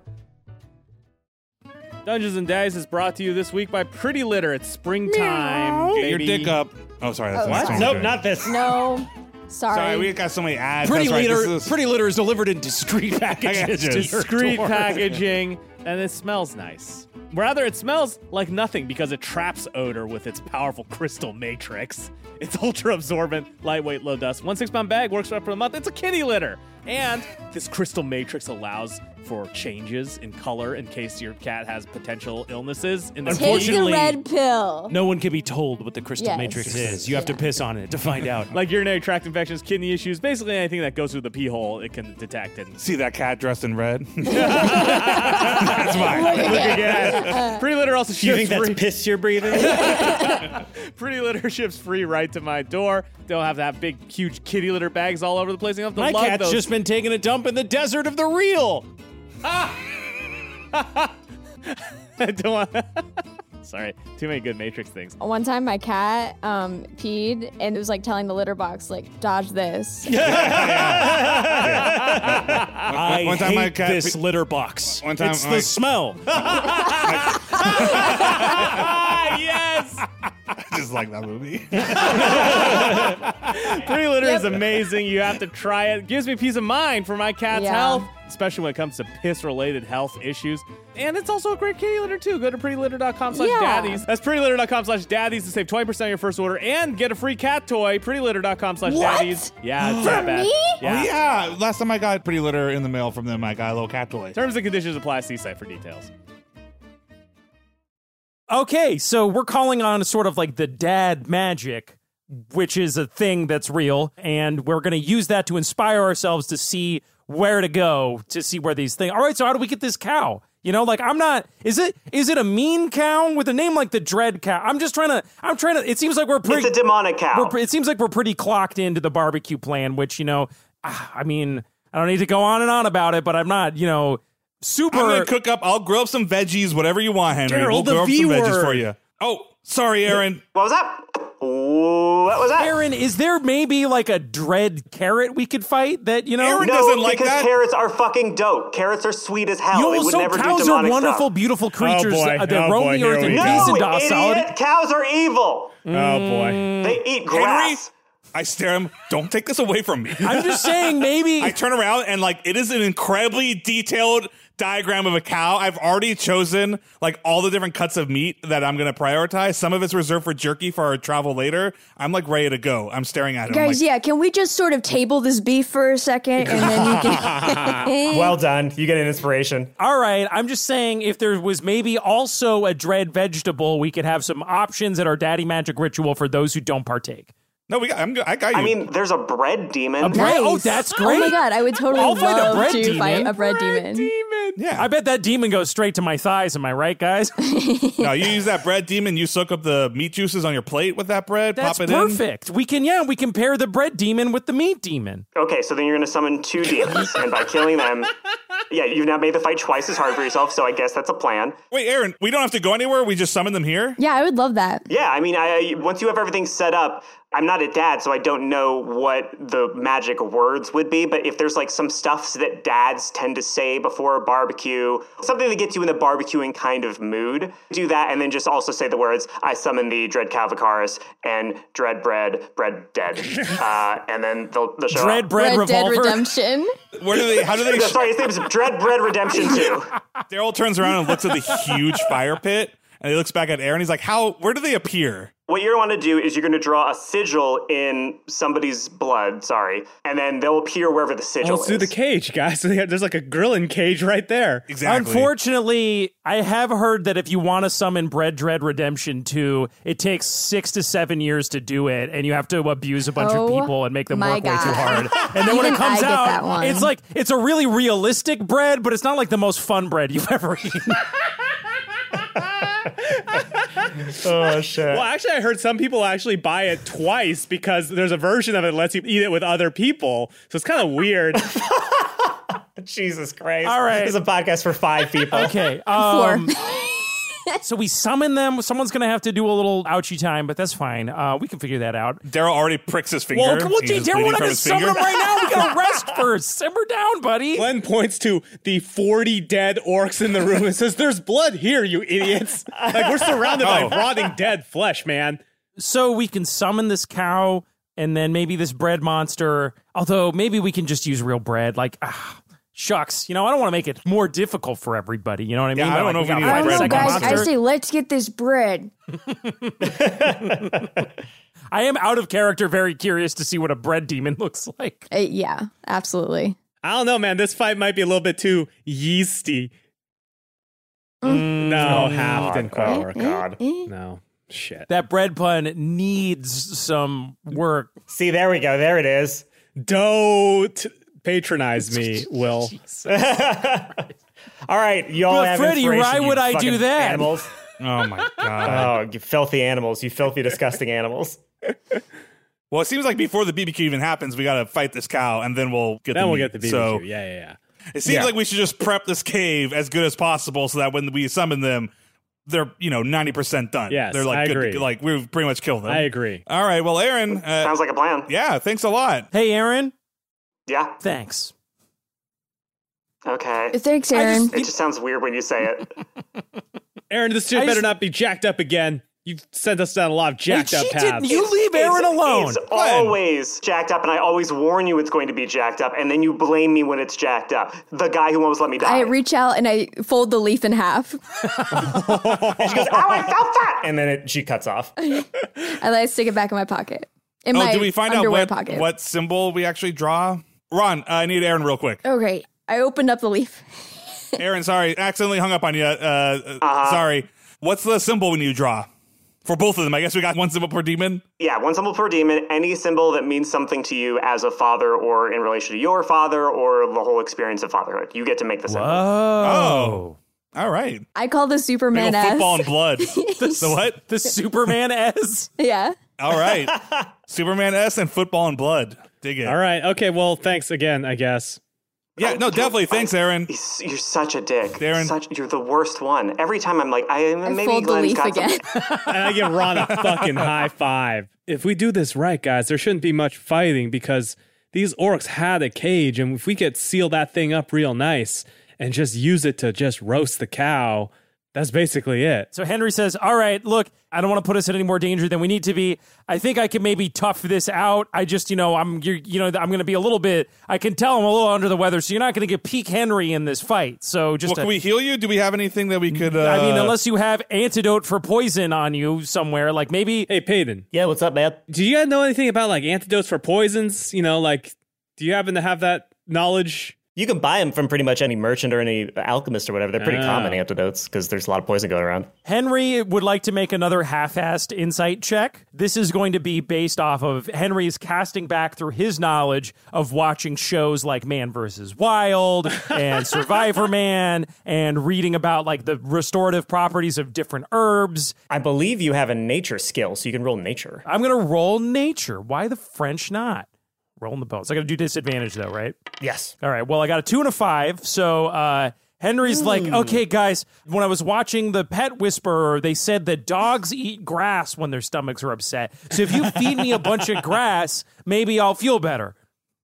Speaker 1: Dungeons and Dice is brought to you this week by Pretty Litter. It's springtime.
Speaker 4: Get your
Speaker 1: baby.
Speaker 4: dick up. Oh, sorry. That's
Speaker 6: Oh,
Speaker 4: not
Speaker 6: what?
Speaker 4: what?
Speaker 9: Nope, not this.
Speaker 6: No, sorry.
Speaker 4: Sorry, we got so many ads.
Speaker 5: Pretty
Speaker 4: That's right,
Speaker 5: litter,
Speaker 4: this is-
Speaker 5: pretty litter is delivered in discreet packages. to
Speaker 4: Packages.
Speaker 5: your
Speaker 1: Discreet
Speaker 5: door.
Speaker 1: packaging, and it smells nice. Rather, it smells like nothing because it traps odor with its powerful crystal matrix. It's ultra absorbent, lightweight, low dust. One six pound bag works right for a month. It's a kitty litter. And this crystal matrix allows for changes in color in case your cat has potential illnesses. In their
Speaker 6: Take the
Speaker 5: Unfortunately-
Speaker 6: red Um, pill.
Speaker 5: No one can be told what the crystal
Speaker 6: Yes.
Speaker 5: matrix is. You have to piss on it to find out.
Speaker 1: like urinary tract infections, kidney issues, basically anything that goes through the pee hole, it can detect and
Speaker 4: See that cat dressed in red?
Speaker 1: that's mine. Look again. Pretty litter also
Speaker 9: Do you think
Speaker 1: ships
Speaker 9: that's
Speaker 1: free-
Speaker 9: piss you're breathing?
Speaker 1: Pretty litter ships free right to my door. Don't have to have big, huge kitty litter bags all over the place. You don't have to
Speaker 5: My
Speaker 1: lug
Speaker 5: cat's
Speaker 1: those.
Speaker 5: just been taking a dump in the desert of the real.
Speaker 1: I don't want- Sorry, too many good Matrix things.
Speaker 6: One time, my cat um, peed, and it was like telling the litter box, like, dodge this.
Speaker 5: I
Speaker 4: one time
Speaker 5: hate
Speaker 4: my cat
Speaker 5: this
Speaker 4: pe-
Speaker 5: litter box.
Speaker 4: One time
Speaker 5: it's
Speaker 4: my-
Speaker 5: the smell.
Speaker 1: Ah, yes!
Speaker 4: I just like that movie.
Speaker 1: Pretty litter is amazing. You have to try it. Gives me peace of mind for my cat's
Speaker 6: Yeah.
Speaker 1: health, especially when it comes to piss related health issues. And it's also a great kitty litter, too. Go to prettylitter.com slash
Speaker 6: Yeah.
Speaker 1: daddies. That's prettylitter.com slash daddies to save 20% on your first order and get a free cat toy. Prettylitter.com slash daddies.
Speaker 6: What?
Speaker 1: Yeah, it's
Speaker 6: For
Speaker 1: not bad.
Speaker 6: me?
Speaker 1: Yeah.
Speaker 4: Oh, yeah. Last time I got pretty litter in the mail from them, I got a little cat toy.
Speaker 1: Terms and conditions apply. See site for details.
Speaker 8: Okay, so we're calling on sort of like the dad magic, which is a thing that's real, and we're going to use that to inspire ourselves to see where to go to see where these things. All right, so how do we get this cow? You know, like I'm not. Is it is it a mean cow with a name like the Dread Cow? I'm just trying to. I'm trying to. It seems like we're pretty.
Speaker 7: It's a demonic cow.
Speaker 8: we're pre- it seems like we're pretty clocked into the barbecue plan, which you know, ah, I mean, I don't need to go on and on about it, but I'm not. You know, super.
Speaker 4: I'm gonna cook up. I'll grill up some veggies, whatever you want, Henry.
Speaker 8: Daryl,
Speaker 4: we'll
Speaker 8: the
Speaker 4: grill up
Speaker 8: V
Speaker 4: some veggies for
Speaker 8: word.
Speaker 4: you. Oh, sorry, Aaron.
Speaker 7: What was that? What was that?
Speaker 8: Aaron, is there maybe like a dread carrot we could fight that, you know?
Speaker 7: no, because carrots are fucking dope. Carrots are sweet as hell.
Speaker 8: You
Speaker 7: they
Speaker 8: know,
Speaker 7: would
Speaker 8: so
Speaker 7: never do
Speaker 8: cows are
Speaker 7: demonic
Speaker 8: wonderful,
Speaker 7: stuff.
Speaker 8: beautiful creatures
Speaker 1: boy.
Speaker 8: uh, that
Speaker 1: Oh,
Speaker 8: roam
Speaker 1: boy.
Speaker 8: the
Speaker 1: Here
Speaker 8: earth
Speaker 1: we
Speaker 8: in
Speaker 1: go.
Speaker 8: peace
Speaker 7: No,
Speaker 8: and docility.
Speaker 7: idiot! Cows are evil. Mm.
Speaker 1: Oh boy.
Speaker 7: They eat
Speaker 4: Henry,
Speaker 7: grass.
Speaker 4: I stare him. Don't take this away from me.
Speaker 8: I'm just saying, maybe.
Speaker 4: I turn around and like it is an incredibly detailed diagram of a cow. I've already chosen like all the different cuts of meat that I'm going to prioritize. Some of it's reserved for jerky for our travel later. I'm like ready to go. I'm staring at him. I'm
Speaker 6: Guys,
Speaker 4: like,
Speaker 6: yeah, can we just sort of table this beef for a second and then you can
Speaker 13: Well done. You get an inspiration.
Speaker 8: All right, I'm just saying if there was maybe also a dread vegetable, we could have some options at our daddy magic ritual for those who don't partake.
Speaker 4: No, we got. I'm, go- I got you.
Speaker 7: I mean, there's a bread demon.
Speaker 8: A bread? Oh,
Speaker 6: Nice.
Speaker 8: that's
Speaker 6: Oh
Speaker 8: great.
Speaker 6: my god, I would totally
Speaker 8: I'll fight a
Speaker 6: love
Speaker 8: bread
Speaker 6: to
Speaker 8: demon.
Speaker 6: fight a bread, demon.
Speaker 4: yeah.
Speaker 8: I bet that demon goes straight to my thighs. Am I right, guys?
Speaker 4: no, you use that bread demon. You soak up the meat juices on your plate with that bread.
Speaker 8: That's
Speaker 4: pop it in.
Speaker 8: perfect. We can, yeah, we can pair the bread demon with the meat demon.
Speaker 7: Okay, so then you're going to summon two demons, and by killing them, yeah, you've now made the fight twice as hard for yourself. So I guess that's a plan.
Speaker 4: Wait, Aaron, we don't have to go anywhere. We just summon them here.
Speaker 6: Yeah, I would love that.
Speaker 7: Yeah, I mean, I, I once you have everything set up, I'm not a dad, so I don't know what the magic words would be. But if there's like some stuffs that dads tend to say before a barbecue, something that gets you in the barbecuing kind of mood, do that, and then just also say the words, "I summon the dread Cavacaris and dread bread, bread dead," uh, and then they'll, they'll show
Speaker 8: Dread
Speaker 7: up.
Speaker 8: bread
Speaker 6: Red Dead
Speaker 8: revolver.
Speaker 6: Redemption.
Speaker 4: Where do they? How do they?
Speaker 7: No, sorry, his name is Dread Bread Redemption 2.
Speaker 4: Daryl turns around and looks at the huge fire pit, and he looks back at Aaron. He's like, "How? Where do they appear?"
Speaker 7: What you're going to want to do is you're going to draw a sigil in somebody's blood, sorry, and then they'll appear wherever the sigil
Speaker 1: Let's do
Speaker 7: is.
Speaker 1: the cage, guys. There's like a grilling cage right there.
Speaker 4: Exactly.
Speaker 8: Unfortunately, I have heard that if you want to summon Bread Dread Redemption 2, it takes six to seven years to do it, and you have to abuse a bunch of
Speaker 6: Oh,
Speaker 8: people and make them
Speaker 6: my
Speaker 8: work way too
Speaker 6: God.
Speaker 8: hard. And then when it
Speaker 6: Even
Speaker 8: comes
Speaker 6: I get that
Speaker 8: out,
Speaker 6: one.
Speaker 8: it's like it's a really realistic bread, but it's not like the most fun bread you've ever eaten.
Speaker 13: Oh, shit.
Speaker 1: Well, actually, I heard some people actually buy it twice because there's a version of it that lets you eat it with other people. So it's kind of weird.
Speaker 13: Jesus Christ.
Speaker 8: All right.
Speaker 13: This is a podcast for five people.
Speaker 8: okay.
Speaker 6: Four.
Speaker 8: Um, so we summon them. Someone's going to have to do a little ouchie time, but that's fine. Uh, we can figure that out.
Speaker 4: Daryl already pricks his finger.
Speaker 8: Well, come on,
Speaker 4: He's just
Speaker 8: Jay, Darren,
Speaker 4: bleeding
Speaker 8: we're not
Speaker 4: from
Speaker 8: going to
Speaker 4: his
Speaker 8: summon
Speaker 4: finger.
Speaker 8: them right now. We got to rest first. Simmer down, buddy.
Speaker 1: Glenn points to the 40 dead orcs in the room and says, There's blood here, you idiots. Like, we're surrounded by rotting dead flesh, man.
Speaker 8: so we can summon this cow and then maybe this bread monster. Although maybe we can just use real bread. Like, ah, shucks. You know, I don't want to make it more difficult for everybody. You know what I mean?
Speaker 4: Yeah, I don't know if we
Speaker 8: gotta
Speaker 4: need
Speaker 8: fight
Speaker 6: I don't
Speaker 4: a
Speaker 8: the
Speaker 6: know,
Speaker 4: bread
Speaker 8: second
Speaker 6: guys. I
Speaker 8: monster.
Speaker 6: say let's get this bread.
Speaker 8: I am out of character. Very curious to see what a bread demon looks like.
Speaker 6: Uh, yeah, absolutely.
Speaker 1: I don't know, man. This fight might be a little bit too yeasty.
Speaker 8: Mm.
Speaker 1: Mm, No, half didn't
Speaker 8: Eh,
Speaker 1: quite work.
Speaker 13: God.
Speaker 1: No, shit.
Speaker 8: That bread pun needs some work.
Speaker 13: See, there we go. There it is.
Speaker 1: Don't patronize me, Will.
Speaker 13: All right, y'all
Speaker 8: But
Speaker 13: have
Speaker 8: Freddie,
Speaker 13: inspiration,
Speaker 8: why
Speaker 13: you
Speaker 8: would I do
Speaker 13: fucking
Speaker 8: that?
Speaker 13: Animals.
Speaker 4: Oh my god.
Speaker 13: Oh, you filthy animals. You filthy, disgusting animals.
Speaker 4: Well, it seems like before the BBQ even happens, we got to fight this cow, and then we'll get.
Speaker 1: Then
Speaker 4: the
Speaker 1: we'll
Speaker 4: meat.
Speaker 1: get the BBQ.
Speaker 4: So
Speaker 1: yeah, yeah, yeah.
Speaker 4: it seems like we should just prep this cave as good as possible, so that when we summon them, they're you know ninety percent done.
Speaker 1: Yes,
Speaker 4: they're like
Speaker 1: I
Speaker 4: good to-
Speaker 1: agree.
Speaker 4: like we've pretty much killed them.
Speaker 1: I agree.
Speaker 4: All right. Well, Aaron. Uh,
Speaker 7: Sounds like a plan.
Speaker 4: yeah. Thanks a lot.
Speaker 8: Hey, Aaron.
Speaker 7: Yeah.
Speaker 8: Thanks.
Speaker 7: Okay.
Speaker 6: Thanks,
Speaker 8: I
Speaker 6: Aaron.
Speaker 8: just-
Speaker 7: It just sounds weird when you say it.
Speaker 1: Aaron, this dude
Speaker 8: I
Speaker 1: better
Speaker 8: just-
Speaker 1: not be jacked up again. You've sent us down a lot of jacked
Speaker 8: Hey,
Speaker 1: up
Speaker 8: she
Speaker 1: paths.
Speaker 8: didn't. You leave Aaron alone.
Speaker 7: It's always jacked up, and I always warn you it's going to be jacked up, and then you blame me when it's jacked up. The guy who almost let me die.
Speaker 6: I reach out and I fold the leaf in half,
Speaker 13: And she goes,
Speaker 7: oh, I felt that.
Speaker 13: and then it, she cuts off.
Speaker 6: and I stick it back in my pocket. In
Speaker 4: Oh,
Speaker 6: my
Speaker 4: do we find out
Speaker 6: underwear
Speaker 4: what
Speaker 6: pocket.
Speaker 4: what symbol we actually draw? Ron, I need Aaron real quick.
Speaker 6: Oh, great. I opened up the leaf.
Speaker 7: Uh-huh.
Speaker 4: Aaron, sorry, accidentally hung up on you. Uh, uh, Sorry. What's the symbol when you draw? For both of them, I guess we got one symbol per demon.
Speaker 14: Yeah, one symbol per demon, any symbol that means something to you as a father or in relation to your father or the whole experience of fatherhood. You get to make the symbol.
Speaker 8: Oh.
Speaker 4: All right.
Speaker 6: I call the Superman S.
Speaker 4: football and blood. the, what?
Speaker 8: The Superman S.
Speaker 6: yeah.
Speaker 4: All right. Superman S and football and blood. Dig it.
Speaker 1: All right. Okay. Well, thanks again. I guess.
Speaker 4: Yeah. No. Definitely. Thanks, Aaron.
Speaker 14: You're such a dick, Darren. Such, you're the worst one. Every time I'm like, I maybe
Speaker 6: fold the
Speaker 14: Glenn's
Speaker 6: leaf
Speaker 14: got
Speaker 6: again.
Speaker 14: something.
Speaker 1: and I give Ron a fucking high five. If we do this right, guys, there shouldn't be much fighting because these orcs had a cage, and if we could seal that thing up real nice and just use it to just roast the cow, that's basically it.
Speaker 8: So Henry says, All right, look, I don't want to put us in any more danger than we need to be. I think I can maybe tough this out. I just, you know, I'm, you're, you know, I'm going to be a little bit, I can tell I'm a little under the weather. So you're not going to get peak Henry in this fight. So just,
Speaker 4: Well,
Speaker 8: a-
Speaker 4: can we heal you? Do we have anything that we could? Uh,
Speaker 8: I mean, unless you have antidote for poison on you somewhere, like maybe.
Speaker 1: Hey, Payton.
Speaker 7: Yeah, what's up, man?
Speaker 1: Do you guys know anything about like antidotes for poisons? You know, like, do you happen to have that knowledge?
Speaker 7: You can buy them from pretty much any merchant or any alchemist or whatever. They're pretty
Speaker 1: Ah.
Speaker 7: common antidotes because there's a lot of poison going around.
Speaker 8: Henry would like to make another half-assed insight check. This is going to be based off of Henry's casting back through his knowledge of watching shows like Man vs. Wild and Survivor Man and reading about like the restorative properties of different herbs.
Speaker 7: I believe you have a nature skill, so you can roll nature.
Speaker 8: I'm going to roll nature. Why the French not? Rolling the bones. I got to do disadvantage though, right?
Speaker 7: Yes.
Speaker 8: All right. Well, I got a two and a five. So uh, Henry's like,
Speaker 7: Hmm.
Speaker 8: okay, guys, when I was watching The Pet Whisperer, they said that dogs eat grass when their stomachs are upset. So if you feed me a bunch of grass, maybe I'll feel better.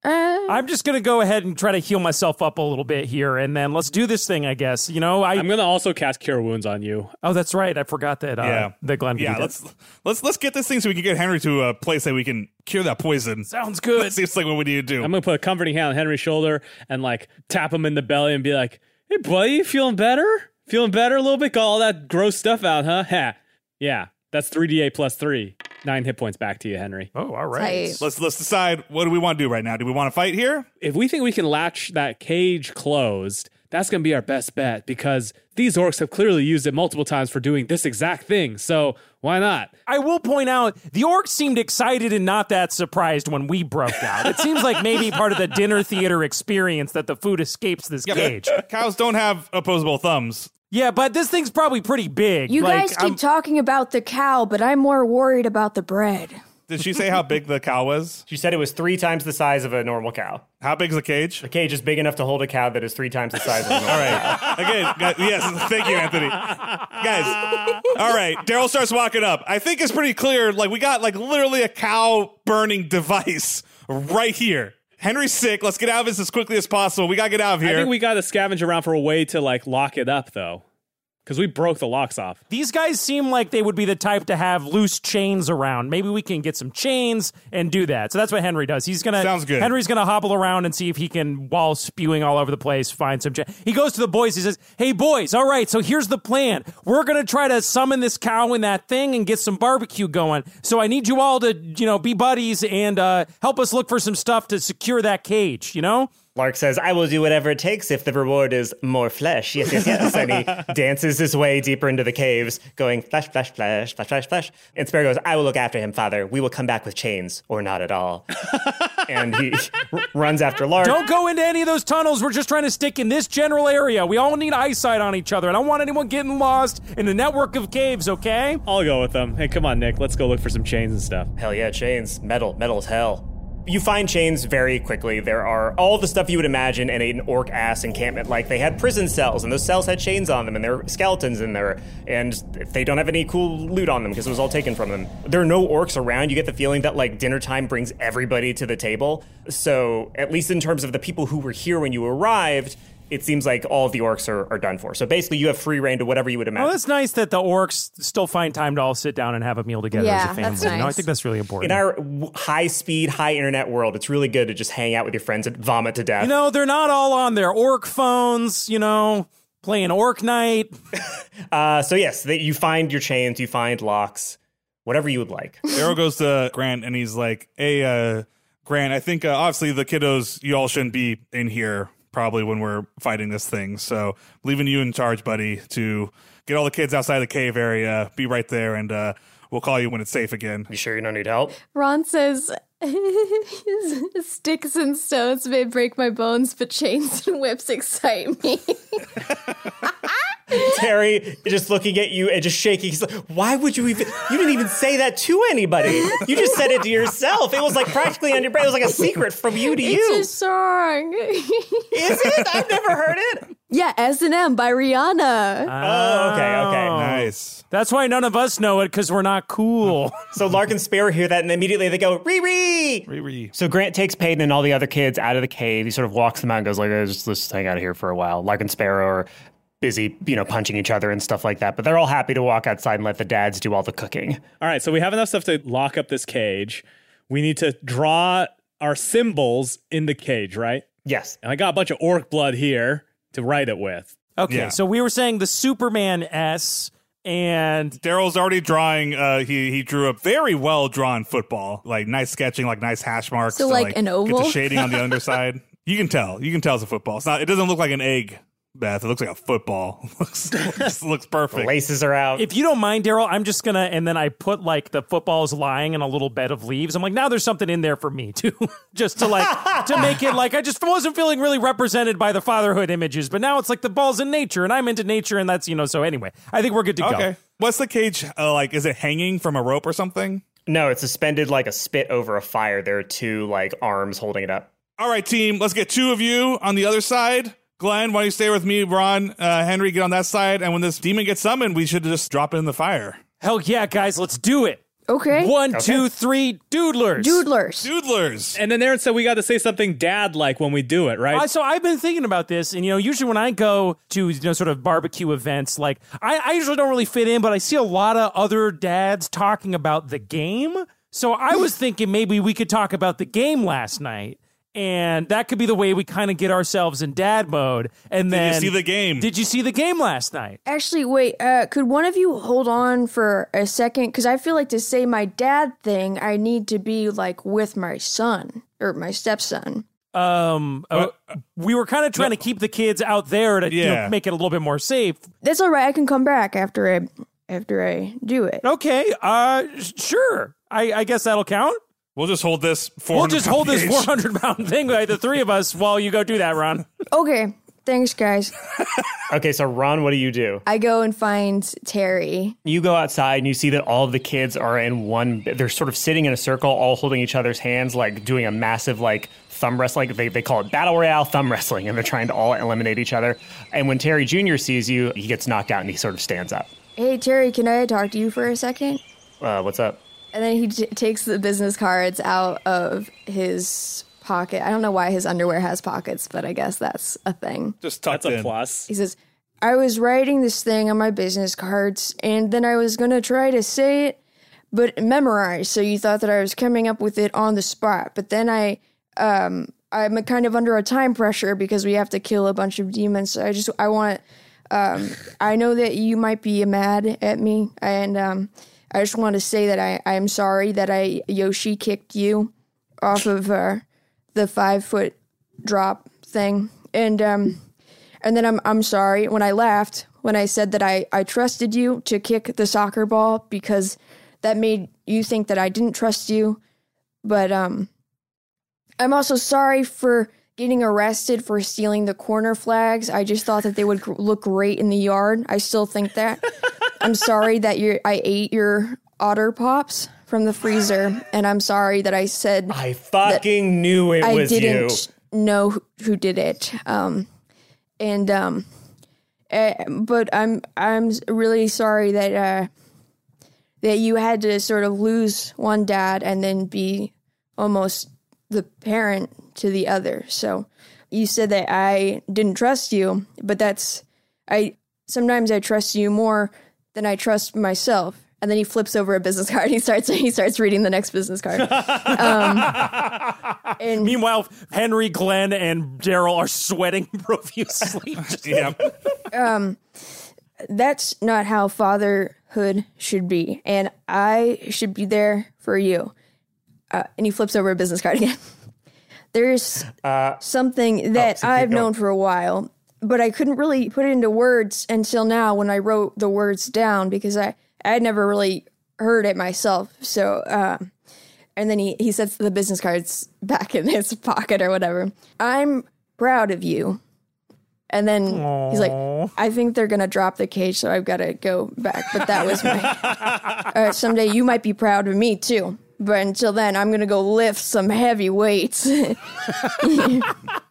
Speaker 8: I'm just going to go ahead and try to heal myself up a little bit here. And then let's do this thing, I guess. You know, I.
Speaker 1: I'm gonna also cast cure wounds on you.
Speaker 8: oh, that's right. I forgot that, uh,
Speaker 4: Yeah.
Speaker 8: that Glenn.
Speaker 4: yeah, let's let's let's get this thing so we can get Henry to a place that we can cure that poison.
Speaker 8: Sounds good.
Speaker 4: That seems like what we need to do.
Speaker 1: I'm gonna put a comforting hand on Henry's shoulder and like tap him in the belly and be like, "Hey, buddy, you feeling better? Feeling better a little bit? Got all that gross stuff out, huh? Ha. Yeah, that's three d8 plus three, nine hit points back to you, Henry.
Speaker 8: Oh, all right.
Speaker 6: Tight.
Speaker 4: let's let's decide what do we want to do right now. Do we want to fight here?
Speaker 1: If we think we can latch that cage closed, that's gonna be our best bet because these orcs have clearly used it multiple times for doing this exact thing. So why not?
Speaker 8: I will point out the orcs seemed excited and not that surprised when we broke out. It seems like maybe part of the dinner theater experience that the food escapes this cage.
Speaker 4: Cows don't have opposable thumbs.
Speaker 8: Yeah, but this thing's probably pretty big.
Speaker 6: You
Speaker 8: Like,
Speaker 6: guys keep
Speaker 8: I'm-
Speaker 6: talking about the cow, but I'm more worried about the bread.
Speaker 4: Did she say how big the cow was?
Speaker 7: She said it was three times the size of a normal cow.
Speaker 4: How big's the cage?
Speaker 7: The cage is big enough to hold a cow that is three times the size of a normal
Speaker 4: All right. Again, guys, yes. Thank you, Anthony. Guys. All right. Daryl starts walking up. I think it's pretty clear. Like we got like literally a cow burning device right here. Henry's sick. Let's get out of this as quickly as possible. We gotta get out of
Speaker 1: I
Speaker 4: here.
Speaker 1: think we gotta scavenge around for a way to like lock it up though, because we broke the locks off.
Speaker 8: these guys seem like they would be the type to have loose chains around. Maybe we can get some chains and do that. So that's what Henry does. He's gonna
Speaker 4: Sounds good.
Speaker 8: Henry's gonna hobble around and see if he can, while spewing all over the place, find some chain. He goes to the boys. He says, "Hey boys, all right. So here's the plan. We're gonna try to summon this cow and that thing and get some barbecue going. So I need you all to, you know, be buddies and uh, help us look for some stuff to secure that cage. You know."
Speaker 7: Lark says, I will do whatever it takes if the reward is more flesh. Yes, yes, yes. and he dances his way deeper into the caves, going flash, flash, flash, flash, flash, flash. And Sparrow goes, I will look after him, father. We will come back with chains or not at all. and he r- runs after Lark.
Speaker 8: Don't go into any of those tunnels. We're just trying to stick in this general area. We all need eyesight on each other. I don't want anyone getting lost in the network of caves, okay?
Speaker 1: I'll go with them. Hey, come on, Nick. Let's go look for some chains and stuff.
Speaker 7: Hell yeah, chains. Metal. Metal's hell. You find chains very quickly. There are all the stuff you would imagine in an orc ass encampment. Like they had prison cells, and those cells had chains on them, and there were skeletons in there. And they don't have any cool loot on them because it was all taken from them. There are no orcs around. You get the feeling that like dinner time brings everybody to the table. So at least in terms of the people who were here when you arrived, it seems like all of the orcs are, are done for. So basically, you have free reign to whatever you would imagine.
Speaker 8: Well, that's nice that the orcs still find time to all sit down and have a meal together as
Speaker 6: Yeah,
Speaker 8: a family.
Speaker 6: that's
Speaker 8: you know? I
Speaker 6: nice.
Speaker 8: think that's really
Speaker 7: in
Speaker 8: important.
Speaker 7: our w- high speed, high internet world, it's really good to just hang out with your friends and vomit to death.
Speaker 8: you know, they're not all on their orc phones, you know, playing orc night.
Speaker 7: Uh, so yes, that you find your chains, you find locks, whatever you would like.
Speaker 4: Daryl goes to Grant and he's like, "Hey, uh, Grant, I think uh, obviously the kiddos, you all shouldn't be in here probably when we're fighting this thing. So leaving you in charge, buddy, to get all the kids outside the cave area. Be right there, and uh, we'll call you when it's safe again.
Speaker 7: You sure you don't need help?
Speaker 6: Ron says, "Sticks and stones may break my bones, but chains and whips excite me."
Speaker 7: Terry just looking at you and just shaking. He's like, why would you even? You didn't even say that to anybody. You just said it to yourself. It was like practically on your brain. It was like a secret from you to you.
Speaker 6: It's a song. Is it?
Speaker 7: I've never heard it.
Speaker 6: Yeah, S and M by Rihanna.
Speaker 8: Uh,
Speaker 7: Oh, okay, okay.
Speaker 4: Nice.
Speaker 8: That's why none of us know it because we're not cool.
Speaker 7: so Lark and Sparrow hear that and immediately they go, Riri!
Speaker 4: Riri.
Speaker 7: So Grant takes Peyton and all the other kids out of the cave. He sort of walks them out and goes, like, let's just, let's just hang out here for a while. Lark and Sparrow are busy, you know, punching each other and stuff like that. But they're all happy to walk outside and let the dads do all the cooking.
Speaker 9: All right, so we have enough stuff to lock up this cage. We need to draw our symbols in the cage, right?
Speaker 7: Yes.
Speaker 9: And I got a bunch of orc blood here to write it with.
Speaker 8: Okay, so we were saying the Superman S and
Speaker 4: Daryl's already drawing. Uh, he he drew a very well drawn football, like nice sketching, like nice hash marks.
Speaker 6: So,
Speaker 4: to,
Speaker 6: like, an oval?
Speaker 4: Get the shading on the underside. You can tell. You can tell it's a football. It's not. It doesn't look like an egg, Beth. It looks like a football. looks looks, looks perfect.
Speaker 7: Laces are out.
Speaker 8: If you don't mind, Daryl, I'm just gonna and then I put like the footballs lying in a little bed of leaves. I'm like, now there's something in there for me too, just to like to make it like I just wasn't feeling really represented by the fatherhood images, but now it's like the balls in nature, and I'm into nature, and that's you know. So anyway, I think we're good to
Speaker 4: Okay. What's the cage uh, like? Is it hanging from a rope or something?
Speaker 7: No, it's suspended like a spit over a fire. There are two like arms holding it up.
Speaker 4: All right, team. Let's get two of you on the other side. Glenn, why don't you stay with me? Ron, uh, Henry, get on that side. And when this demon gets summoned, we should just drop it in the fire.
Speaker 8: go. Hell yeah, guys, let's do it.
Speaker 6: Okay.
Speaker 8: One, two, three, doodlers.
Speaker 6: Doodlers.
Speaker 4: Doodlers.
Speaker 9: And then Aaron said we got to say something dad like when we do it, right?
Speaker 8: I, so I've been thinking about this, and you know, usually when I go to you know sort of barbecue events, like I, I usually don't really fit in, but I see a lot of other dads talking about the game. So I was thinking maybe we could talk about the game last night, and that could be the way we kind of get ourselves in dad mode. And
Speaker 4: Did
Speaker 8: then
Speaker 4: you see the game?
Speaker 8: Did you see the game last night?
Speaker 6: Actually, wait. Uh, could one of you hold on for a second? Because I feel like to say my dad thing, I need to be like with my son or my stepson.
Speaker 8: Um, uh, we were kind of trying to keep the kids out there to you know,
Speaker 4: Yeah.
Speaker 8: make it a little bit more safe.
Speaker 6: That's all right. I can come back after I after I do it.
Speaker 8: Okay, uh, sure. I, I guess that'll count.
Speaker 4: We'll just hold this.
Speaker 8: We'll
Speaker 4: 400
Speaker 8: just hold this
Speaker 4: page.
Speaker 8: 400 pound thing by the three of us while you go do that, Ron.
Speaker 6: Okay. Thanks, guys.
Speaker 7: Okay, so Ron, what do you do?
Speaker 6: I go and find Terry.
Speaker 7: You go outside and you see that all of the kids are in one. They're sort of sitting in a circle, all holding each other's hands, like doing a massive like thumb wrestling. They they call it battle royale thumb wrestling, and they're trying to all eliminate each other. And when Terry Jr. sees you, he gets knocked out and he sort of stands up.
Speaker 6: Hey, Terry, can I talk to you for a second?
Speaker 7: Uh, what's up?
Speaker 6: And then he t- takes the business cards out of his pocket. I don't know why his underwear has pockets, but I guess that's a thing.
Speaker 4: Just tucked
Speaker 9: That's a
Speaker 4: in.
Speaker 9: plus.
Speaker 6: He says, I was writing this thing on my business cards, and then I was gonna try to say it, but memorize. So you thought that I was coming up with it on the spot, but then I, um, I'm kind of under a time pressure because we have to kill a bunch of demons. So I just, I want, um, I know that you might be mad at me, and um, I just want to say that I, I'm sorry that I Yoshi kicked you off of uh, the five foot drop thing, and um. And then I'm I'm sorry when I laughed when I said that I I trusted you to kick the soccer ball because that made you think that I didn't trust you. But um I'm also sorry for getting arrested for stealing the corner flags. I just thought that they would gr- look great in the yard. I still think that. I'm sorry that you I ate your otter pops from the freezer and I'm sorry that I said
Speaker 7: I fucking knew it
Speaker 6: I
Speaker 7: was
Speaker 6: didn't
Speaker 7: you.
Speaker 6: know who- who did it. Um, and um, eh, but I'm I'm really sorry that uh, that you had to sort of lose one dad and then be almost the parent to the other. So you said that I didn't trust you, but that's I sometimes I trust you more than I trust myself. And then he flips over a business card. He starts he starts reading the next business card. um, and
Speaker 8: Meanwhile, Henry, Glenn, and Daryl are sweating profusely. Just-
Speaker 4: Yeah.
Speaker 6: Um, that's not how fatherhood should be. And I should be there for you. Uh, and he flips over a business card again. There's
Speaker 7: Uh,
Speaker 6: something that
Speaker 7: so keep
Speaker 6: I've
Speaker 7: going.
Speaker 6: known for a while, but I couldn't really put it into words until now when I wrote the words down because I I had never really heard it myself. So, um, and then he he sets the business cards back in his pocket or whatever. I'm proud of you. And then he's like, I think they're gonna drop the cage, so I've got to go back. But that was my uh, someday you might be proud of me too. But until then, I'm gonna go lift some heavy weights.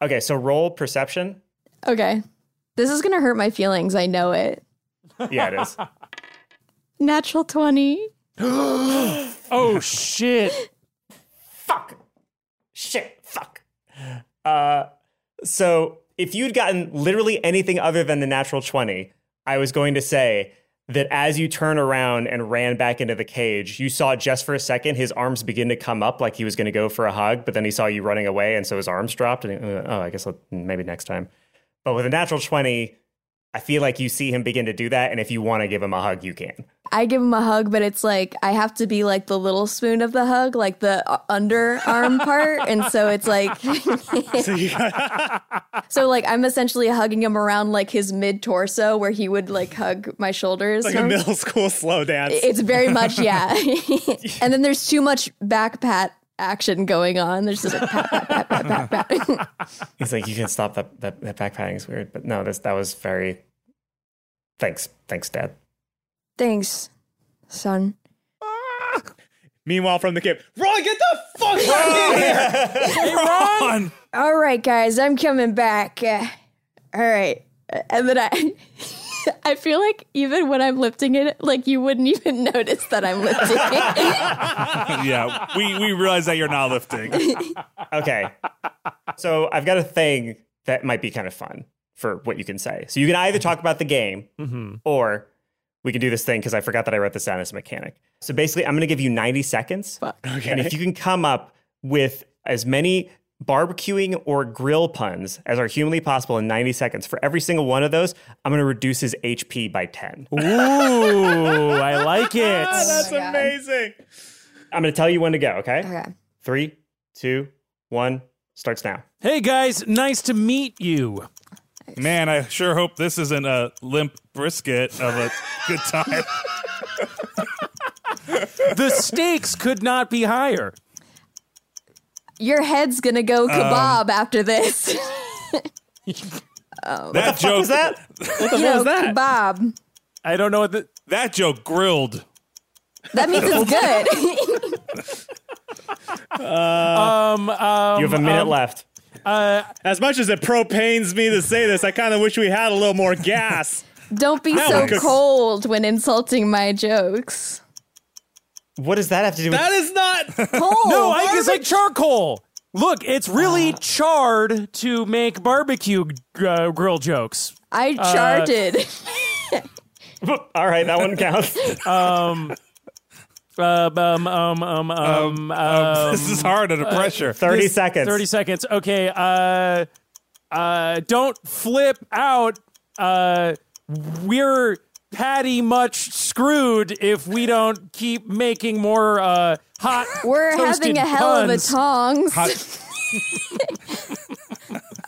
Speaker 7: Okay, so roll perception.
Speaker 6: okay, this is gonna hurt my feelings. I know it.
Speaker 7: Yeah, it is.
Speaker 6: Natural twenty.
Speaker 8: oh shit!
Speaker 7: Shit, fuck. Uh, so if you'd gotten literally anything other than the natural 20, I was going to say that as you turn around and ran back into the cage, you saw just for a second his arms begin to come up like he was going to go for a hug, but then he saw you running away, and so his arms dropped. And he, uh, oh, I guess I'll, maybe next time. But with a natural 20, I feel like you see him begin to do that, and if you want to give him a hug, you can.
Speaker 6: I give him a hug, but it's like I have to be like the little spoon of the hug, like the uh, underarm part, and so it's like, so like I'm essentially hugging him around like his mid torso, where he would like hug my shoulders.
Speaker 1: Like a middle school slow dance.
Speaker 6: It's very much, yeah. and then there's too much back pat action going on. There's just like pat, pat, pat, pat, pat, pat.
Speaker 7: He's like, you can stop that. That, that backpacking is weird, but no, this that was very. Thanks, thanks, Dad.
Speaker 6: Thanks, son.
Speaker 1: Meanwhile, from the cave, Ron, get the fuck out of here!
Speaker 4: Ron!
Speaker 6: All right, guys, I'm coming back. Uh, all right, Uh, and then I. I feel like even when I'm lifting it, like you wouldn't even notice that I'm lifting it.
Speaker 4: yeah, we, we realize that you're not lifting.
Speaker 7: Okay, so I've got a thing that might be kind of fun for what you can say. So you can either talk about the game, or we can do this thing because I forgot that I wrote this down as a mechanic. So basically, I'm going to give you 90 seconds, and if you can come up with as many barbecuing or grill puns as are humanly possible in 90 seconds for every single one of those, I'm going to reduce his HP by 10.
Speaker 8: Ooh, I like
Speaker 7: Oh,
Speaker 1: Ah,
Speaker 8: it.
Speaker 9: Oh
Speaker 1: that's amazing.
Speaker 7: I'm going to tell you when to go, okay?
Speaker 6: Okay.
Speaker 7: Three, two, one, starts now.
Speaker 8: Hey guys, nice to meet you.
Speaker 4: Man, I sure hope this isn't a limp brisket of a good time.
Speaker 8: The stakes could not be higher.
Speaker 6: Your head's gonna
Speaker 8: Um.
Speaker 6: go kebab after this. Um,
Speaker 4: that joke
Speaker 7: Is that?
Speaker 6: you know, kebab.
Speaker 8: I don't know what the
Speaker 4: that joke grilled.
Speaker 6: That means it's good.
Speaker 8: um um uh,
Speaker 7: You have a minute left.
Speaker 1: As much as it propains me to say this, I kind of wish we had a little more gas.
Speaker 6: Don't be so
Speaker 1: one cooks.
Speaker 6: cold when insulting my jokes.
Speaker 7: What does that have to do with?
Speaker 1: that is not.
Speaker 6: Cold.
Speaker 8: No, Ike is like charcoal. Look, it's really
Speaker 7: Ah.
Speaker 8: charred to make barbecue uh, grill jokes. Uh,
Speaker 6: I charted.
Speaker 7: All right, that one counts.
Speaker 8: Uh, um, um, um, um, um, um,
Speaker 4: this is hard under pressure.
Speaker 7: 30
Speaker 8: this-
Speaker 7: seconds.
Speaker 8: 30 seconds. Okay. Uh, uh, don't flip out. Uh, we're patty much screwed if we don't keep making more uh, hot.
Speaker 6: We're
Speaker 8: toasted
Speaker 6: having a hell of a
Speaker 8: puns.
Speaker 6: tongs.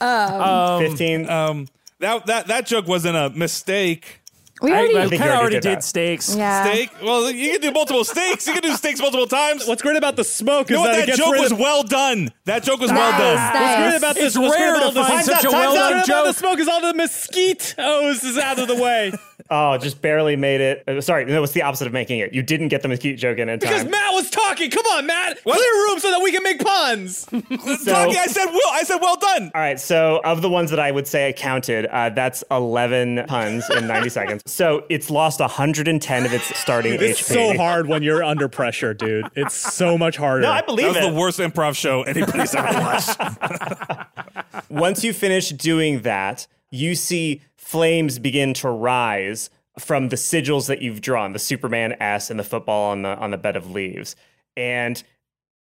Speaker 8: Um,
Speaker 7: 15.
Speaker 4: Um, that, that, that joke wasn't a mistake.
Speaker 6: we
Speaker 8: I,
Speaker 6: already.
Speaker 8: I
Speaker 7: think
Speaker 8: kind
Speaker 7: you
Speaker 8: of
Speaker 7: already
Speaker 8: already
Speaker 7: did
Speaker 8: did,
Speaker 7: that.
Speaker 8: steaks.
Speaker 6: yeah.
Speaker 4: Steak? Well, you can do multiple steaks. You can do steaks multiple times.
Speaker 1: What's great about the smoke
Speaker 4: You
Speaker 1: is
Speaker 4: know what?
Speaker 1: that, it
Speaker 4: That
Speaker 1: gets
Speaker 4: joke
Speaker 1: rid
Speaker 4: was
Speaker 1: of.
Speaker 4: well done. That joke was well
Speaker 6: Nice,
Speaker 4: done.
Speaker 1: What's
Speaker 6: nice.
Speaker 1: great about
Speaker 8: It's
Speaker 1: this? What's great
Speaker 8: rare
Speaker 1: about
Speaker 8: to
Speaker 1: all this?
Speaker 8: find
Speaker 1: What's
Speaker 8: such a
Speaker 7: up, time's
Speaker 8: well-done
Speaker 1: great about the
Speaker 8: joke.
Speaker 1: smoke is all the mosquitoes is out of the way
Speaker 7: Oh, just barely made it. Uh, Sorry, no, it's the opposite of making it. You didn't get the mosquito joke in in
Speaker 1: because
Speaker 7: time.
Speaker 1: Matt was talking. Come on, Matt, clear room so that we can make puns.
Speaker 4: Tommy, I said well. I said well done.
Speaker 7: All right, so of the ones that I would say I counted, uh, that's 11 puns in 90 seconds. So it's lost 110 of its starting
Speaker 1: It's
Speaker 7: HP.
Speaker 1: so hard when you're under pressure, dude. It's so much harder.
Speaker 7: No, I
Speaker 4: That
Speaker 7: believe
Speaker 4: was
Speaker 7: it.
Speaker 4: the worst improv show anybody's ever watched.
Speaker 7: Once you finish doing that, you see flames begin to rise from the sigils that you've drawn, the Superman S and the football on the on the bed of leaves. And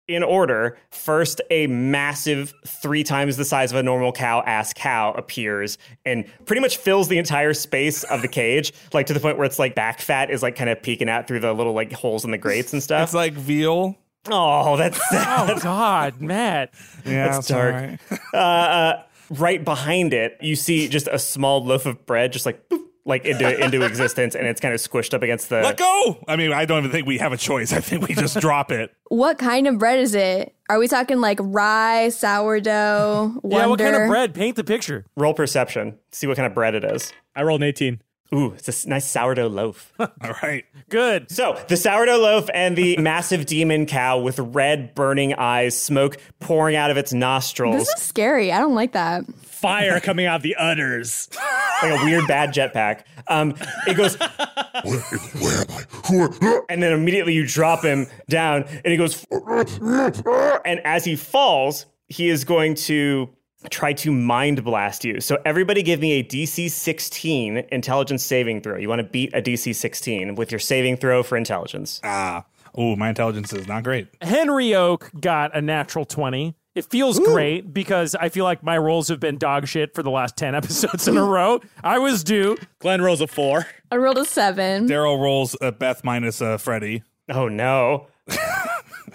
Speaker 7: in order, first a massive, three times the size of a normal cow ass cow appears and pretty much fills the entire space of the cage, like to the point where it's like back fat is like kind of peeking out through the little like holes in the grates and stuff.
Speaker 4: It's like veal.
Speaker 7: Oh, that's sad.
Speaker 8: Oh God, Matt.
Speaker 4: Yeah,
Speaker 7: that's
Speaker 4: it's
Speaker 7: dark.
Speaker 4: alright.
Speaker 7: uh, uh, right behind it, you see just a small loaf of bread, just like boop, like into into existence, and it's kind of squished up against the.
Speaker 4: Let go. I mean, I don't even think we have a choice. I think we just drop it.
Speaker 6: What kind of bread is it? Are we talking like rye, sourdough? Wonder?
Speaker 8: Yeah, what kind of bread? Paint the picture.
Speaker 7: Roll perception. See what kind of bread it is.
Speaker 9: I rolled an 18.
Speaker 7: Ooh, it's a s- nice sourdough loaf.
Speaker 4: All right.
Speaker 8: Good.
Speaker 7: So the sourdough loaf and the massive demon cow with red burning eyes, smoke pouring out of its nostrils,
Speaker 6: This is scary. I don't like that.
Speaker 9: Fire coming out of the udders.
Speaker 7: like a weird bad jetpack. Um, it goes,
Speaker 15: Where, where am I? Who are,
Speaker 7: and then immediately you drop him down, and he goes, and as he falls, he is going to try to mind blast you. So everybody, give me a DC 16 intelligence saving throw. You want to beat a DC 16 with your saving throw for intelligence.
Speaker 4: Ah. Ooh, my intelligence is not great.
Speaker 8: Henry Oak got a natural 20. It feels great because I feel like my roles have been dog shit for the last 10 episodes in a row. I was due.
Speaker 9: Glenn rolls a four.
Speaker 6: I rolled a seven.
Speaker 4: Daryl rolls uh, Beth minus uh, Freddy.
Speaker 7: Mm-hmm. Oh no.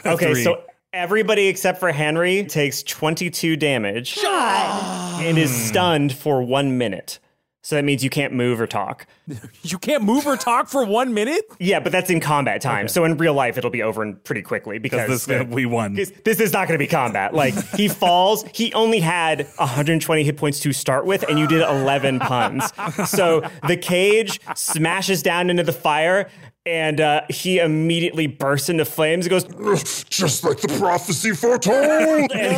Speaker 7: okay,
Speaker 4: Three.
Speaker 7: so everybody except for Henry takes 22 damage and is stunned for 1 minute. So that means you can't move or talk.
Speaker 8: You can't move or talk for one minute?
Speaker 7: Yeah, but that's in combat time. So in real life it'll be over in pretty quickly because
Speaker 4: Because this we won.
Speaker 7: this, this is not going to be combat. Like he falls, he only had 120 hit points to start with, and you did 11 puns. So the cage smashes down into the fire, and uh, he immediately bursts into flames. It goes,
Speaker 15: just like the prophecy foretold.
Speaker 7: and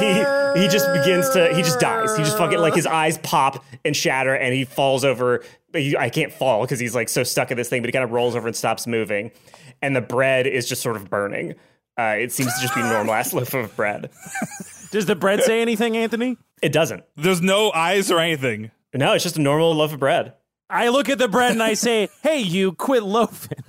Speaker 7: he he just begins to he just dies. He just fucking like his eyes pop and shatter, and he falls over. He, I can't fall because he's like so stuck in this thing, but he kind of rolls over and stops moving, and the bread is just sort of burning. Uh, it seems to just be normal ass loaf of bread.
Speaker 8: Does the bread say anything, Anthony?
Speaker 7: It doesn't.
Speaker 4: There's no eyes or anything.
Speaker 7: No, it's just a normal loaf of bread.
Speaker 8: I look at the bread and I say, hey, you quit loafing.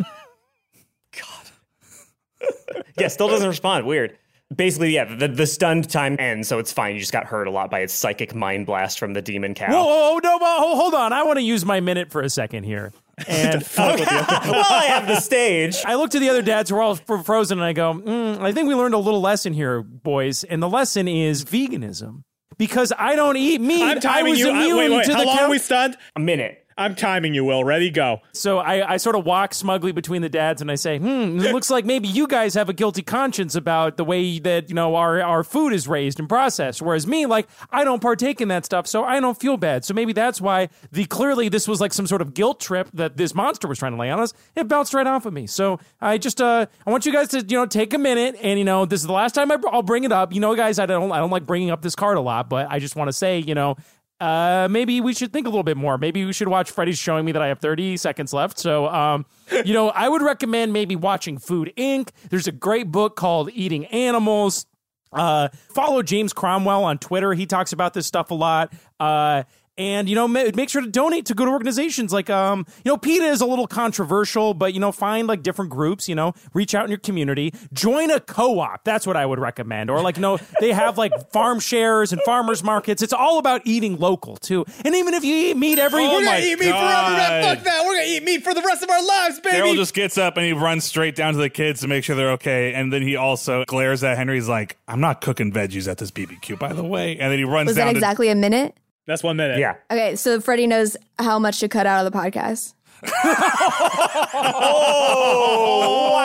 Speaker 7: Yeah, still doesn't respond. Weird. Basically, yeah, the, the stunned time ends, so it's fine. You just got hurt a lot by its psychic mind blast from the demon cow.
Speaker 8: Whoa, whoa, whoa, no, whoa, hold on. I want to use my minute for a second here. And
Speaker 7: well, I have the stage.
Speaker 8: I looked at the other dads who are all fr- frozen and I go, mm, I think we learned a little lesson here, boys. And the lesson is veganism. Because I don't eat meat.
Speaker 9: I'm
Speaker 8: I
Speaker 9: timing
Speaker 8: was
Speaker 9: you. I-
Speaker 8: immune
Speaker 9: wait, wait.
Speaker 8: to
Speaker 9: How
Speaker 8: the
Speaker 9: long are
Speaker 8: count-
Speaker 9: we stunned?
Speaker 7: A minute.
Speaker 9: I'm timing you, Will. Ready, go.
Speaker 8: So I, I sort of walk smugly between the dads and I say, hmm, it looks like maybe you guys have a guilty conscience about the way that, you know, our, our food is raised and processed. Whereas me, like, I don't partake in that stuff, so I don't feel bad. So maybe that's why the clearly this was like some sort of guilt trip that this monster was trying to lay on us. It bounced right off of me. So I just uh I want you guys to, you know, take a minute and you know, this is the last time I, will bring it up. You know, guys, I don't I don't like bringing up this card a lot, but I just want to say, you know, uh, maybe we should think a little bit more. Maybe we should watch Freddy's showing me that I have 30 seconds left. So, um, you know, I would recommend maybe watching Food Inc. There's a great book called Eating Animals. Uh, follow James Cromwell on Twitter. He talks about this stuff a lot. Uh, and you know, ma- make sure to donate to good organizations like um, you know, PETA is a little controversial, but you know, find like different groups. You know, reach out in your community, join a co-op. That's what I would recommend. Or like, you know, they have like farm shares and farmers markets. It's all about eating local too. And even if you eat meat every,
Speaker 4: Oh
Speaker 9: We're
Speaker 4: my
Speaker 9: gonna eat meat forever.
Speaker 4: God.
Speaker 9: Fuck that. We're gonna eat meat for the rest of our lives,
Speaker 4: Daryl
Speaker 9: baby.
Speaker 4: just gets up and he runs straight down to the kids to make sure they're okay. And then he also glares at Henry. He's like, I'm not cooking veggies at this BBQ, by the way. And then he runs
Speaker 6: Was
Speaker 4: down
Speaker 6: that exactly a minute?
Speaker 9: That's one minute.
Speaker 7: Yeah.
Speaker 6: Okay, so Freddie knows how much to cut out of the podcast.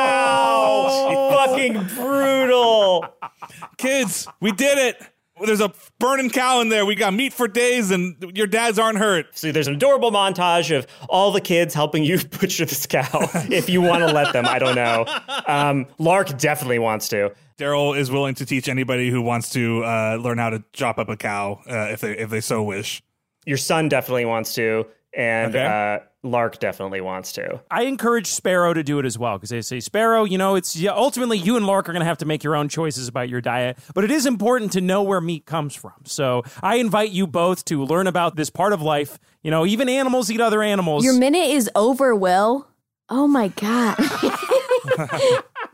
Speaker 7: Oh, wow. Fucking brutal.
Speaker 4: to kids. We did it. There's a burning cow in there. We got meat for days, and your dads aren't hurt.
Speaker 7: So there's an adorable montage of all the kids helping you butcher this cow if you want to let them. I don't know. Um, Lark definitely wants to.
Speaker 4: Daryl is willing to teach anybody who wants to uh, learn how to chop up a cow uh, if they if they so wish.
Speaker 7: Your son definitely wants to. And
Speaker 4: Okay.
Speaker 7: uh, Lark definitely wants to.
Speaker 8: I encourage Sparrow to do it as well because they say Sparrow, you know, it's yeah, ultimately you and Lark are going to have to make your own choices about your diet, but it is important to know where meat comes from. So I invite you both to learn about this part of life. You know, even animals eat other animals.
Speaker 6: Your minute is over, Will. Oh my God.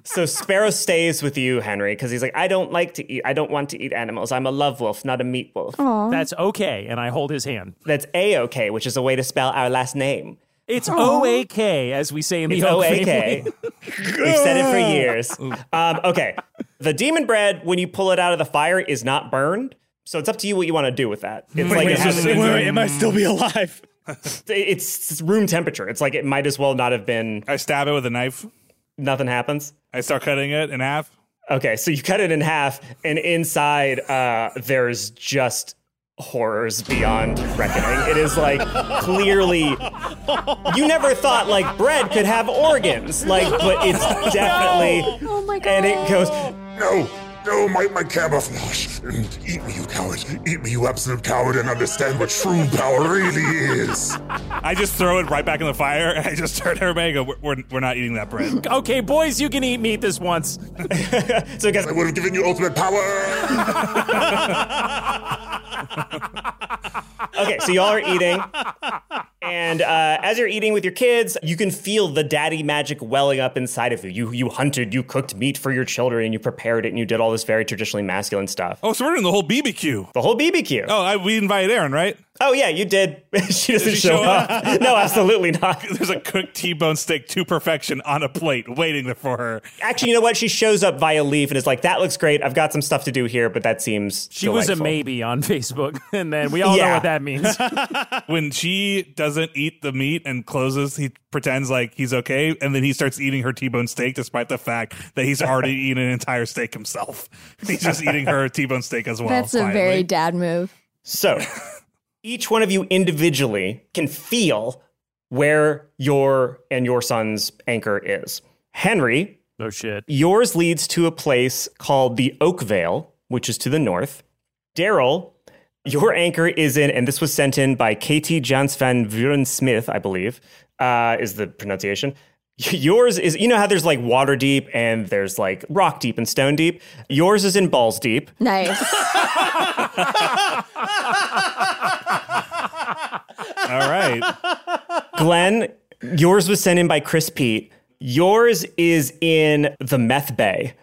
Speaker 7: So Sparrow stays with you, Henry, because he's like, I don't like to eat. I don't want to eat animals. I'm a love wolf, not a meat wolf.
Speaker 8: That's okay, and I hold his hand.
Speaker 7: That's A OK, which is a way to spell our last name.
Speaker 8: It's O A K as we say in the
Speaker 7: It's
Speaker 8: Oak
Speaker 7: OAK.
Speaker 8: family.
Speaker 7: We've said it for years. Um, okay. The demon bread, when you pull it out of the fire, is not burned. So it's up to you what you want to do with that. It's
Speaker 1: Wait,
Speaker 7: like
Speaker 1: wait,
Speaker 7: it has
Speaker 1: so- wait, wait, am I still be alive?
Speaker 7: it's it's room temperature. It's like it might as well not have been.
Speaker 4: I stab it with a knife.
Speaker 7: Nothing happens.
Speaker 4: I start cutting it in half.
Speaker 7: Okay, so you cut it in half, and inside uh, there's just horrors beyond reckoning. It is like clearly you never thought like bread could have organs, like, but it's definitely.
Speaker 15: Oh my god.
Speaker 7: And it goes,
Speaker 15: No, no, my, my camouflage. And eat me, you coward. Eat me, you absolute coward, and understand what true power really is.
Speaker 4: I just throw it right back in the fire and I just turn to everybody and go, we're, we're, we're not eating that bread.
Speaker 8: Okay, boys, you can eat meat this once.
Speaker 7: so, guys, I
Speaker 15: would have given you ultimate power.
Speaker 7: Okay, so y'all are eating. And uh, as you're eating with your kids, you can feel the daddy magic welling up inside of you. You you hunted, you cooked meat for your children, and you prepared it, and you did all this very traditionally masculine stuff.
Speaker 4: Oh, so we're doing the whole BBQ.
Speaker 7: The whole BBQ.
Speaker 4: Oh, I, we invited Aaron, right?
Speaker 7: Oh, yeah, you did. she doesn't show, up. no, absolutely not.
Speaker 4: There's a cooked T-bone steak to perfection on a plate waiting for her.
Speaker 7: Actually, you know what? She shows up via leaf and is like, that looks great. I've got some stuff to do here, but that seems.
Speaker 8: She was a
Speaker 7: delightful."
Speaker 8: maybe on Facebook, and then we all know
Speaker 7: Yeah.
Speaker 8: what that means. Oh,
Speaker 4: when she doesn't eat the meat and closes, he pretends like he's okay, and then he starts eating her T-bone steak, despite the fact that he's already eaten an entire steak himself. He's just eating her T-bone steak as well.
Speaker 6: That's a
Speaker 4: quietly.
Speaker 6: very dad move.
Speaker 7: So each one of you individually can feel where your and your son's anchor is. Henry.
Speaker 8: No shit.
Speaker 7: Yours leads to a place called the Oakvale, which is to the north. Daryl, your anchor is in, and this was sent in by Katie Jans van Vuren Smith, I believe, uh, is the pronunciation. Yours is, you know how there's like water deep and there's like rock deep and stone deep? Yours is in balls deep.
Speaker 6: Nice.
Speaker 4: All right.
Speaker 7: Glenn, yours was sent in by Chris Pete. Yours is in the meth bay.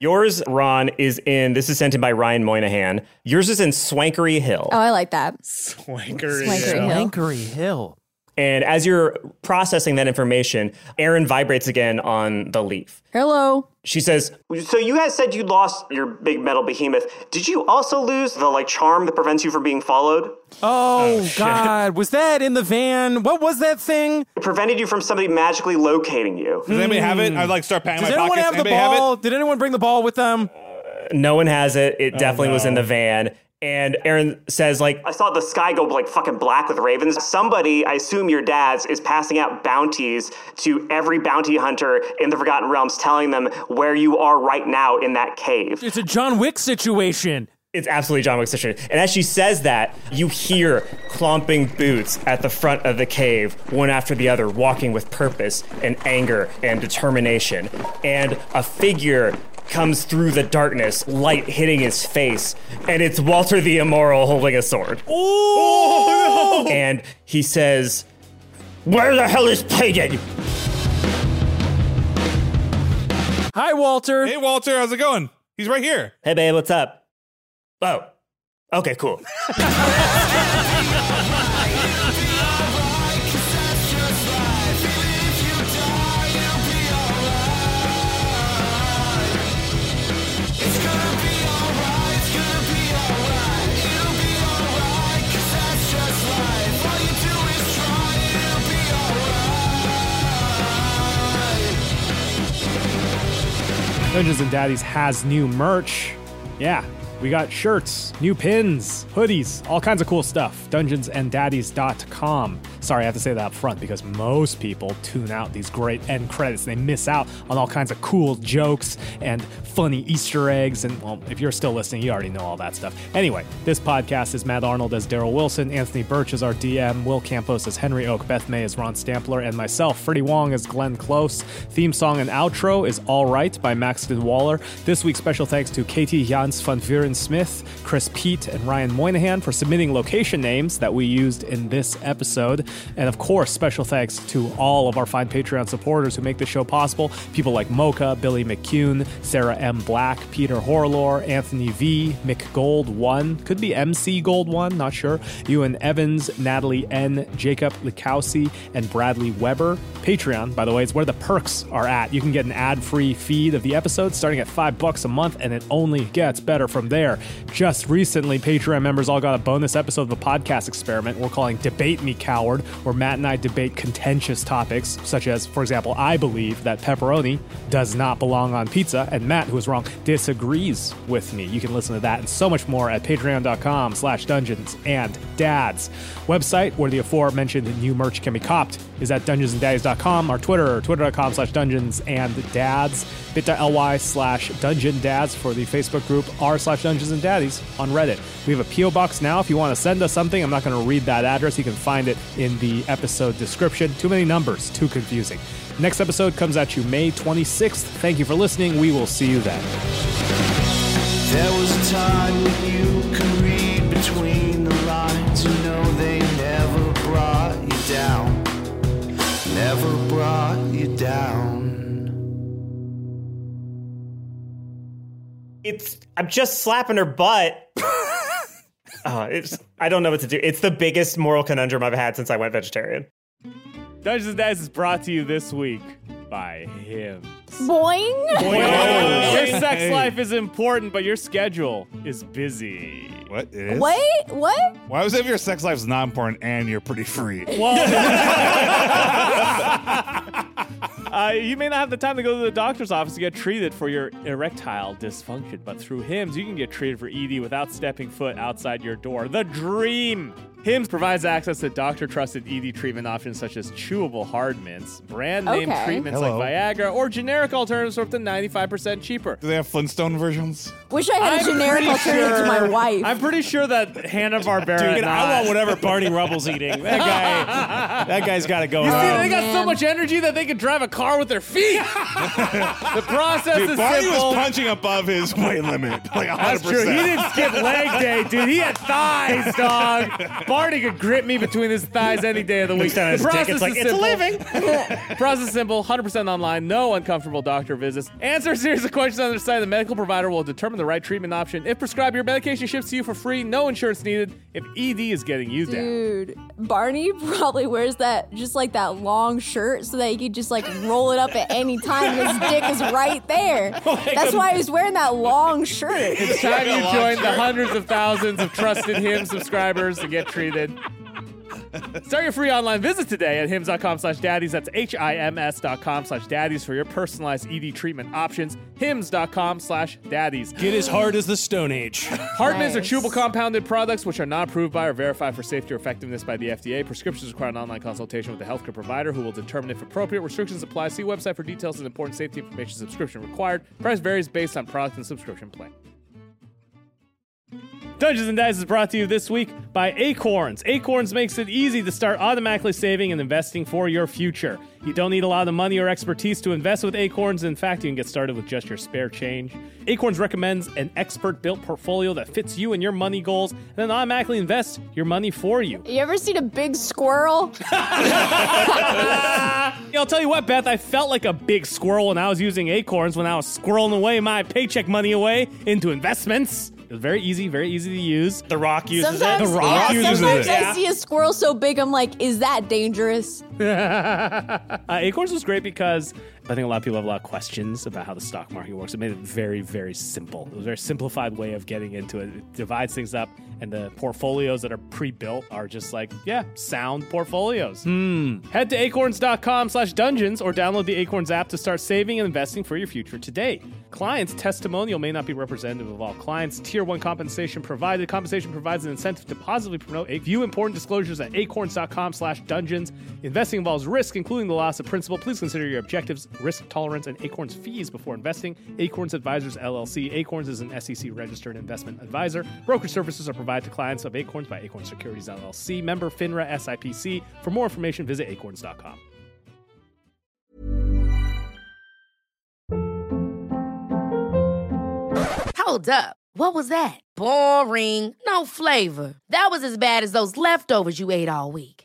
Speaker 7: yours, Ron, is in, this is sent in by Ryan Moynihan. Yours is in Swankery Hill.
Speaker 6: Oh, I like that.
Speaker 1: Swankery,
Speaker 6: Swankery Hill.
Speaker 8: Hill.
Speaker 7: And as you're processing that information, Aaron vibrates again on the leaf.
Speaker 6: Hello.
Speaker 7: She says,
Speaker 10: So you guys said you lost your big metal behemoth. Did you also lose the like charm that prevents you from being followed?
Speaker 8: Oh, God, was that in the van? What was that thing?
Speaker 10: It prevented you from somebody magically locating you.
Speaker 4: Does anybody have it? I'd like start patting
Speaker 8: Does
Speaker 4: my
Speaker 8: anyone
Speaker 4: pockets.
Speaker 8: have the
Speaker 4: Anybody have it?
Speaker 8: ball? Did anyone bring the ball with them?
Speaker 7: Uh, No one has it.
Speaker 4: Oh,
Speaker 7: It definitely was in the van. And Aaron says, like,
Speaker 10: I saw the sky go like fucking black with ravens. Somebody, I assume your dad's, is passing out bounties to every bounty hunter in the Forgotten Realms, telling them where you are right now in that cave.
Speaker 8: It's a John Wick situation.
Speaker 7: It's absolutely John Wick's situation. And as she says that, you hear clomping boots at the front of the cave, one after the other, walking with purpose and anger and determination. And a figure comes through the darkness, light hitting his face, and it's Walter the Immoral holding a sword.
Speaker 4: Oh,
Speaker 7: And he says, Where the hell is Pagan?
Speaker 8: Hi, Walter.
Speaker 4: Hey, Walter, how's it going? He's right here.
Speaker 7: Hey, babe, what's up? Oh, okay, cool.
Speaker 9: Dungeons and Daddies has new merch. Yeah, we got shirts, new pins, hoodies, all kinds of cool stuff. Dungeonsanddaddies.com. Sorry, I have to say that up front because most people tune out these great end credits. They miss out on all kinds of cool jokes and funny Easter eggs. And, well, if you're still listening, you already know all that stuff. Anyway, this podcast is Matt Arnold as Daryl Wilson, Anthony Birch is our DM, Will Campos as Henry Oak, Beth May is Ron Stampler, and myself, Freddie Wong, is Glenn Close. Theme song and outro is All Right by Maxton Waller. This week's special thanks to Katie Jans van Vuren
Speaker 1: Jordan Smith, Chris Pete, and Ryan Moynihan for submitting location names that we used in this episode. And of course, special thanks to all of our fine Patreon supporters who make this show possible. People like Mocha, Billy McCune, Sarah M. Black, Peter Horlor, Anthony V, Mick Gold 1, could be MC Gold 1, not sure. Ewan Evans, Natalie N, Jacob Likowski, and Bradley Weber. Patreon, by the way, is where the perks are at. You can get an ad-free feed of the episodes starting at five bucks a month, and it only gets better from there. Just recently, Patreon members all got a bonus episode of a podcast experiment we're calling Debate Me Coward, where Matt and I debate contentious topics, such as, for example, I believe that pepperoni does not belong on pizza, and Matt, who is wrong, disagrees with me. You can listen to that and so much more at patreon.com slash dungeons and dads. Website where the aforementioned new merch can be copped is at dungeonsanddaddies.com, our Twitter, twitter.com slash dungeons and dads, bit.ly slash dungeon dads for the Facebook group r slash dungeons and daddies on Reddit. We have a P.O. box now if you want to send us something. I'm not going to read that address. You can find it in the episode description. Too many numbers, too confusing. Next episode comes at you May 26th. Thank you for listening. We will see you then.
Speaker 14: There was a time when you could read between the lines. You know they never brought you down. Never brought you down.
Speaker 7: It's I'm just slapping her butt. oh, it's I don't know what to do. It's the biggest moral conundrum I've had since I went vegetarian.
Speaker 1: Dungeons and Dads is brought to you this week by him.
Speaker 6: Boing.
Speaker 1: Your sex life is important, but your schedule is busy.
Speaker 4: What it is?
Speaker 6: Wait, what?
Speaker 4: Why was it if your sex life's not important and you're pretty free?
Speaker 1: Uh, you may not have the time to go to the doctor's office to get treated for your erectile dysfunction, but through HIMS, you can get treated for ED without stepping foot outside your door. The dream! HIMS provides access to doctor trusted ED treatment options such as chewable hard mints, brand name
Speaker 14: Okay.
Speaker 1: treatments
Speaker 4: Hello.
Speaker 1: like Viagra, or generic alternatives for up to 95% cheaper.
Speaker 4: Do they have Flintstone versions?
Speaker 6: Wish I had a
Speaker 1: I'm
Speaker 6: generic
Speaker 1: pretty
Speaker 6: alternative to my
Speaker 1: sure-
Speaker 6: wife.
Speaker 1: I'm pretty sure that Hannah Barbera.
Speaker 5: Dude, I want whatever Barney Rubble's eating. That guy, that guy's got to go.
Speaker 1: You see,
Speaker 5: home.
Speaker 1: they got so much energy that they could drive a car with their feet. the process
Speaker 4: Dude,
Speaker 1: is
Speaker 4: Barney
Speaker 1: simple.
Speaker 4: was punching above his weight limit, like 100.
Speaker 1: That's true. He didn't skip leg day, dude. He had thighs, dog. Barney could grip me between his thighs any day of the week.
Speaker 5: Looks down at his dick, it's like, "It's a living."
Speaker 1: process is simple. 100% online. No uncomfortable doctor visits. Answer a series of questions on their site. The medical provider will determine the right treatment option. If prescribed, your medication ships to you for free. No insurance needed. If ED is getting you down.
Speaker 6: Dude, Barney probably wears that just like that long shirt so that he could just like roll it up at any time. and His dick is right there. That's why he's wearing that long shirt.
Speaker 1: It's time you join the hundreds of thousands of trusted Hims subscribers to get treated. Start your free online visit today at hims.com slash daddies. That's H-I-M-S dot com slash daddies for your personalized ED treatment options. Hims.com slash daddies.
Speaker 5: Get as hard as the Stone Age.
Speaker 1: Hardmints are chewable compounded products which are not approved by or verified for safety or effectiveness by the FDA. Prescriptions require an online consultation with a healthcare provider who will determine if appropriate. Restrictions apply. See website for details and important safety information. Subscription required. Price varies based on product and subscription plan. Dungeons and Dice is brought to you this week by Acorns. Acorns makes it easy to start automatically saving and investing for your future. You don't need a lot of money or expertise to invest with Acorns. In fact, you can get started with just your spare change. Acorns recommends an expert built portfolio that fits you and your money goals and then automatically invests your money for you.
Speaker 6: You ever seen a big squirrel?
Speaker 1: Yeah, I'll tell you what, Beth, I felt like a big squirrel when I was using acorns when I was squirreling away my paycheck money away into investments. It was very easy, very easy to use. The Rock
Speaker 6: Sometimes,
Speaker 1: The Rock
Speaker 6: yeah,
Speaker 1: uses
Speaker 6: sometimes
Speaker 1: it.
Speaker 6: I see a squirrel so big, I'm like, is that dangerous?
Speaker 1: Uh, Acorns was great because I think a lot of people have a lot of questions about how the stock market works. It made it very, very simple. It was a very simplified way of getting into it. It divides things up, and the portfolios that are pre-built are just like, yeah, sound portfolios. Hmm. Head to acorns.com slash dungeons or download the Acorns app to start saving and investing for your future today. Clients' testimonial may not be representative of all clients. Tier 1 compensation provided. Compensation provides an incentive to positively promote a view important disclosures at acorns.com slash dungeons. Investing involves risk, including the loss of principal. Please consider your objectives, risk tolerance, and Acorns fees before investing. Acorns Advisors LLC. Acorns is an SEC registered investment advisor. Broker services are provided to clients of Acorns by Acorns Securities LLC. Member FINRA SIPC. For more information, visit acorns.com.
Speaker 16: Hold up. What was that? Boring. No flavor. That was as bad as those leftovers you ate all week.